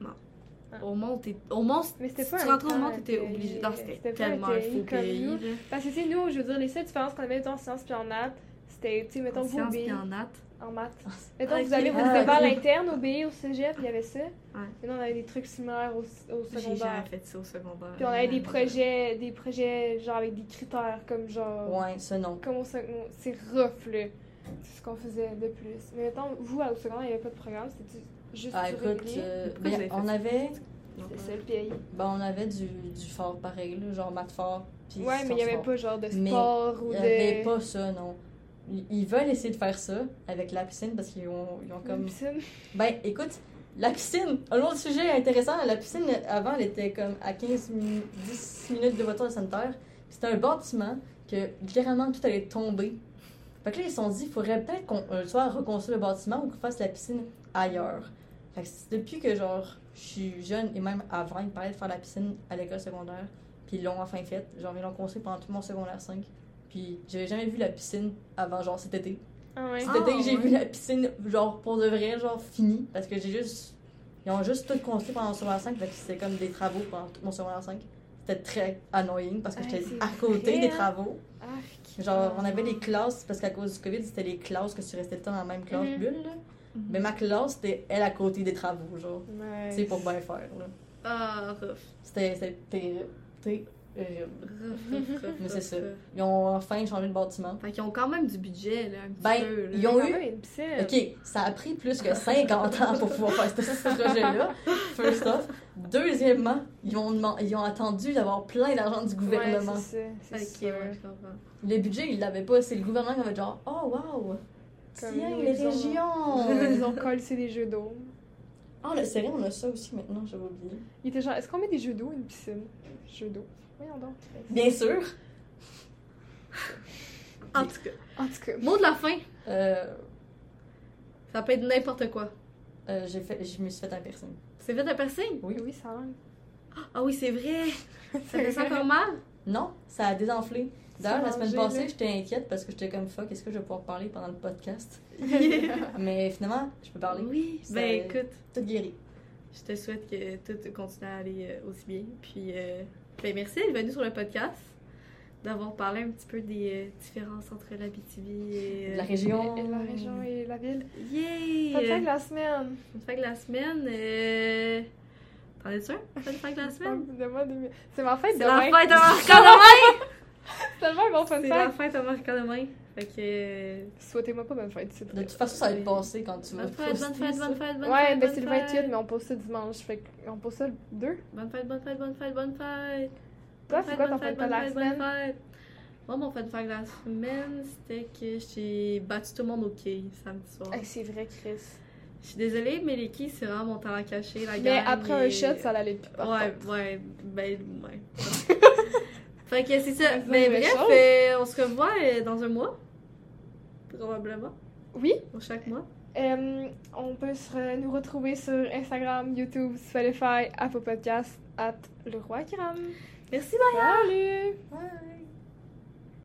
Speaker 1: Au monde, t'es- au monde,
Speaker 2: Mais c'était
Speaker 1: si
Speaker 2: pas
Speaker 1: tu
Speaker 2: un
Speaker 1: rentrais au
Speaker 2: temps
Speaker 1: monde, t'étais
Speaker 2: TI,
Speaker 1: obligé. Non, c'était
Speaker 2: c'était pas un
Speaker 1: tellement un
Speaker 2: TI
Speaker 1: faux
Speaker 2: comme
Speaker 1: pays.
Speaker 2: nous.
Speaker 1: là.
Speaker 2: Parce que, tu sais, nous, je veux dire, les seules différences qu'on avait, mettons, en sciences puis en maths, c'était, tu sais, mettons,
Speaker 1: En
Speaker 2: vous, au
Speaker 1: science
Speaker 2: BI,
Speaker 1: puis en natte.
Speaker 2: en maths. Mettons,
Speaker 1: Ok.
Speaker 2: vous avez vos
Speaker 3: Ah,
Speaker 2: intervalles
Speaker 3: ok.
Speaker 2: internes au BI, au cégep, il y avait ça. Et nous, on avait des trucs similaires au, au
Speaker 1: J'ai jamais
Speaker 2: secondaire.
Speaker 1: fait ça au secondaire.
Speaker 2: Puis on avait des
Speaker 1: Euh, (laughs)
Speaker 2: projets, des projets, genre, avec des critères, comme genre...
Speaker 3: Ouais, ça non.
Speaker 2: Comme au secondaire, c'est rough, là. C'est ce qu'on faisait de plus. Mais mettons, vous, au secondaire, il n'y avait pas de programme, c'était juste
Speaker 3: Ah,
Speaker 2: du
Speaker 3: écoute,
Speaker 2: régulier.
Speaker 3: euh,
Speaker 1: Pourquoi
Speaker 3: ben,
Speaker 1: vous avez fait
Speaker 3: on
Speaker 1: ça?
Speaker 3: avait,
Speaker 1: non,
Speaker 2: C'est
Speaker 1: pas-
Speaker 2: ça, le pays.
Speaker 3: ben, on avait du, du fort pareil, là, genre maths fort. Puis
Speaker 2: Ouais, mais il n'y
Speaker 3: sciences
Speaker 2: avait
Speaker 3: fort.
Speaker 2: pas, genre, de
Speaker 3: Mais
Speaker 2: sport ou
Speaker 3: Il
Speaker 2: de...
Speaker 3: y avait pas ça, non. Ils- Ils veulent essayer de faire ça avec la piscine parce qu'ils ont, ils ont
Speaker 2: Comme...
Speaker 3: comme. Ben, écoute, La piscine, un autre sujet intéressant. La piscine, avant, elle était comme à 15 minutes, 10 minutes de voiture de sanitaire. C'était un bâtiment que littéralement tout allait tomber. Fait que là, ils se sont dit, il faudrait peut-être qu'on euh, soit reconstruire le bâtiment ou qu'on fasse la piscine ailleurs. Fait que c'est depuis que genre, je suis jeune et même avant, ils me parlaient de faire la piscine à l'école secondaire. Puis ils l'ont enfin faite. Genre, ils l'ont construite pendant tout mon secondaire 5. Puis j'avais jamais vu la piscine avant, genre cet été.
Speaker 2: Ah ouais.
Speaker 3: Cet été que j'ai
Speaker 1: ouais.
Speaker 3: vu la piscine, genre pour de vrai, genre finie, parce que j'ai juste. Ils ont juste tout construit pendant mon secondaire 5, fait que c'était comme des travaux pendant tout mon secondaire 5. C'était très annoying parce que
Speaker 2: Ouais,
Speaker 3: j'étais
Speaker 2: c'est
Speaker 3: à côté
Speaker 2: vrai,
Speaker 3: des
Speaker 2: hein. Ah.
Speaker 3: travaux.
Speaker 2: Arc.
Speaker 3: Genre, on avait des classes, parce qu'à cause du COVID, c'était les classes que tu restais tout le temps dans la même classe
Speaker 2: Mhm.
Speaker 3: bulle, là. Mais ma classe, c'était elle à côté des travaux, genre.
Speaker 2: Nice.
Speaker 3: C'est pour bien faire, là.
Speaker 1: Ah, rough,
Speaker 3: C'était c'était terrible. Terrible. (laughs)
Speaker 1: rough, rough, rough,
Speaker 3: Mais c'est
Speaker 1: rough,
Speaker 3: ça.
Speaker 1: rough.
Speaker 3: Ils ont enfin changé de bâtiment.
Speaker 1: Fait qu'ils ont quand même du budget, là, un petit
Speaker 3: Ben,
Speaker 1: peu. là.
Speaker 3: ils ont
Speaker 2: Quand
Speaker 3: eu-
Speaker 2: même une piscine.
Speaker 3: OK, ça a pris plus que 50 ans pour pouvoir faire ce ce projet-là, first off. Deuxièmement, ils ont, demand- ils ont attendu d'avoir plein d'argent du gouvernement.
Speaker 2: Ouais, c'est ça, c'est
Speaker 1: Fait que,
Speaker 2: sûr.
Speaker 1: ouais, je comprends.
Speaker 3: le budget, ils l'avaient pas. C'est le gouvernement qui avait genre « Oh, wow!
Speaker 2: Comme
Speaker 3: Tiens,
Speaker 2: nous,
Speaker 3: les
Speaker 2: ils ont-
Speaker 1: (laughs)
Speaker 2: (laughs)
Speaker 3: régions!
Speaker 2: Ils ont collé Oh, c'est des jeux d'eau. »
Speaker 3: Ah, le série, on a ça aussi maintenant, j'avais oublié.
Speaker 2: Il était genre, est-ce qu'on met des jeux d'eau une piscine? Jeux d'eau. Voyons donc.
Speaker 3: Bien sûr!
Speaker 1: En tout cas,
Speaker 2: En tout cas,
Speaker 1: mot de la fin,
Speaker 3: Euh,
Speaker 1: ça peut être n'importe quoi.
Speaker 3: euh, j'ai fait, je me suis fait un piercing.
Speaker 1: C'est fait un piercing?
Speaker 3: Oui.
Speaker 2: oui, ça a l'air.
Speaker 1: Ah oui, c'est vrai!
Speaker 2: (laughs)
Speaker 1: Ça fait ça encore mal? (laughs)
Speaker 3: Non, ça a désenflé. D'ailleurs, la
Speaker 2: C'est
Speaker 3: semaine
Speaker 2: mangé,
Speaker 3: passée,
Speaker 2: là.
Speaker 3: j'étais inquiète parce que j'étais comme « Fuck, est-ce que je vais pouvoir parler pendant le podcast?
Speaker 1: Yeah. »
Speaker 3: Mais finalement, je peux parler.
Speaker 1: Oui,
Speaker 3: Ça-
Speaker 1: ben écoute,
Speaker 3: Tout guéri.
Speaker 1: je te souhaite que tout continue à aller euh, aussi bien. Puis, euh, ben merci d'être venu sur le podcast, d'avoir parlé un petit peu des euh, différences entre la BTV et... euh,
Speaker 3: De la région.
Speaker 2: Et La
Speaker 1: (laughs)
Speaker 2: région et la ville.
Speaker 1: Yay!
Speaker 2: Fun fact de la semaine.
Speaker 1: Fun fact de la semaine. Euh... T'en es sûr? Fun fact de la semaine?
Speaker 2: Fun de moi, de- C'est ma fête
Speaker 1: C'est la
Speaker 2: demain. (laughs)
Speaker 1: fête à Marc demain!
Speaker 2: C'est tellement un bon fun
Speaker 1: C'est la
Speaker 2: fact.
Speaker 1: fête à Marc demain. Fait que. euh,
Speaker 2: Souhaitez-moi pas bonne fête. c'est
Speaker 3: De
Speaker 2: vrai.
Speaker 3: toute façon, ça va être passé quand tu vas
Speaker 1: Bonne fête, bonne
Speaker 3: poster
Speaker 1: fête,
Speaker 3: ça.
Speaker 1: bonne fête, bonne fête.
Speaker 2: Ouais, ben
Speaker 1: bonne
Speaker 2: c'est le
Speaker 1: fête.
Speaker 2: 28, mais on pose ça dimanche. Fait qu'on pose ça le 2.
Speaker 1: Bonne fête, bonne fête, bonne fête, bonne fête. Bonne
Speaker 2: Toi, c'est
Speaker 1: fête,
Speaker 2: quoi ton
Speaker 1: bonne fête,
Speaker 2: fun fact de
Speaker 1: bonne
Speaker 2: la
Speaker 1: fête, bonne
Speaker 2: semaine?
Speaker 1: fête. Moi, mon fun fact de la semaine, c'était que j'ai battu tout le monde au quai samedi soir.
Speaker 2: Hey, c'est vrai, Chris.
Speaker 1: Je suis désolée, mais les quilles, c'est vraiment mon talent caché. La
Speaker 2: Mais
Speaker 1: gang
Speaker 2: après un
Speaker 1: et-
Speaker 2: shot, ça allait plus. par
Speaker 1: Ouais,
Speaker 2: contre.
Speaker 1: ouais, ben,
Speaker 2: (laughs)
Speaker 1: ouais. fait que c'est ça.
Speaker 2: Ça, c'est
Speaker 1: Mais
Speaker 2: une
Speaker 1: bref,
Speaker 2: chose.
Speaker 1: euh, on se revoit euh, dans un mois. Probablement.
Speaker 2: Oui.
Speaker 1: Pour chaque mois.
Speaker 2: Euh, on peut se- nous retrouver sur Instagram, YouTube, Spotify, Apple Podcast, at le roi Kiram.
Speaker 1: Merci,
Speaker 2: Salut!
Speaker 3: Bye.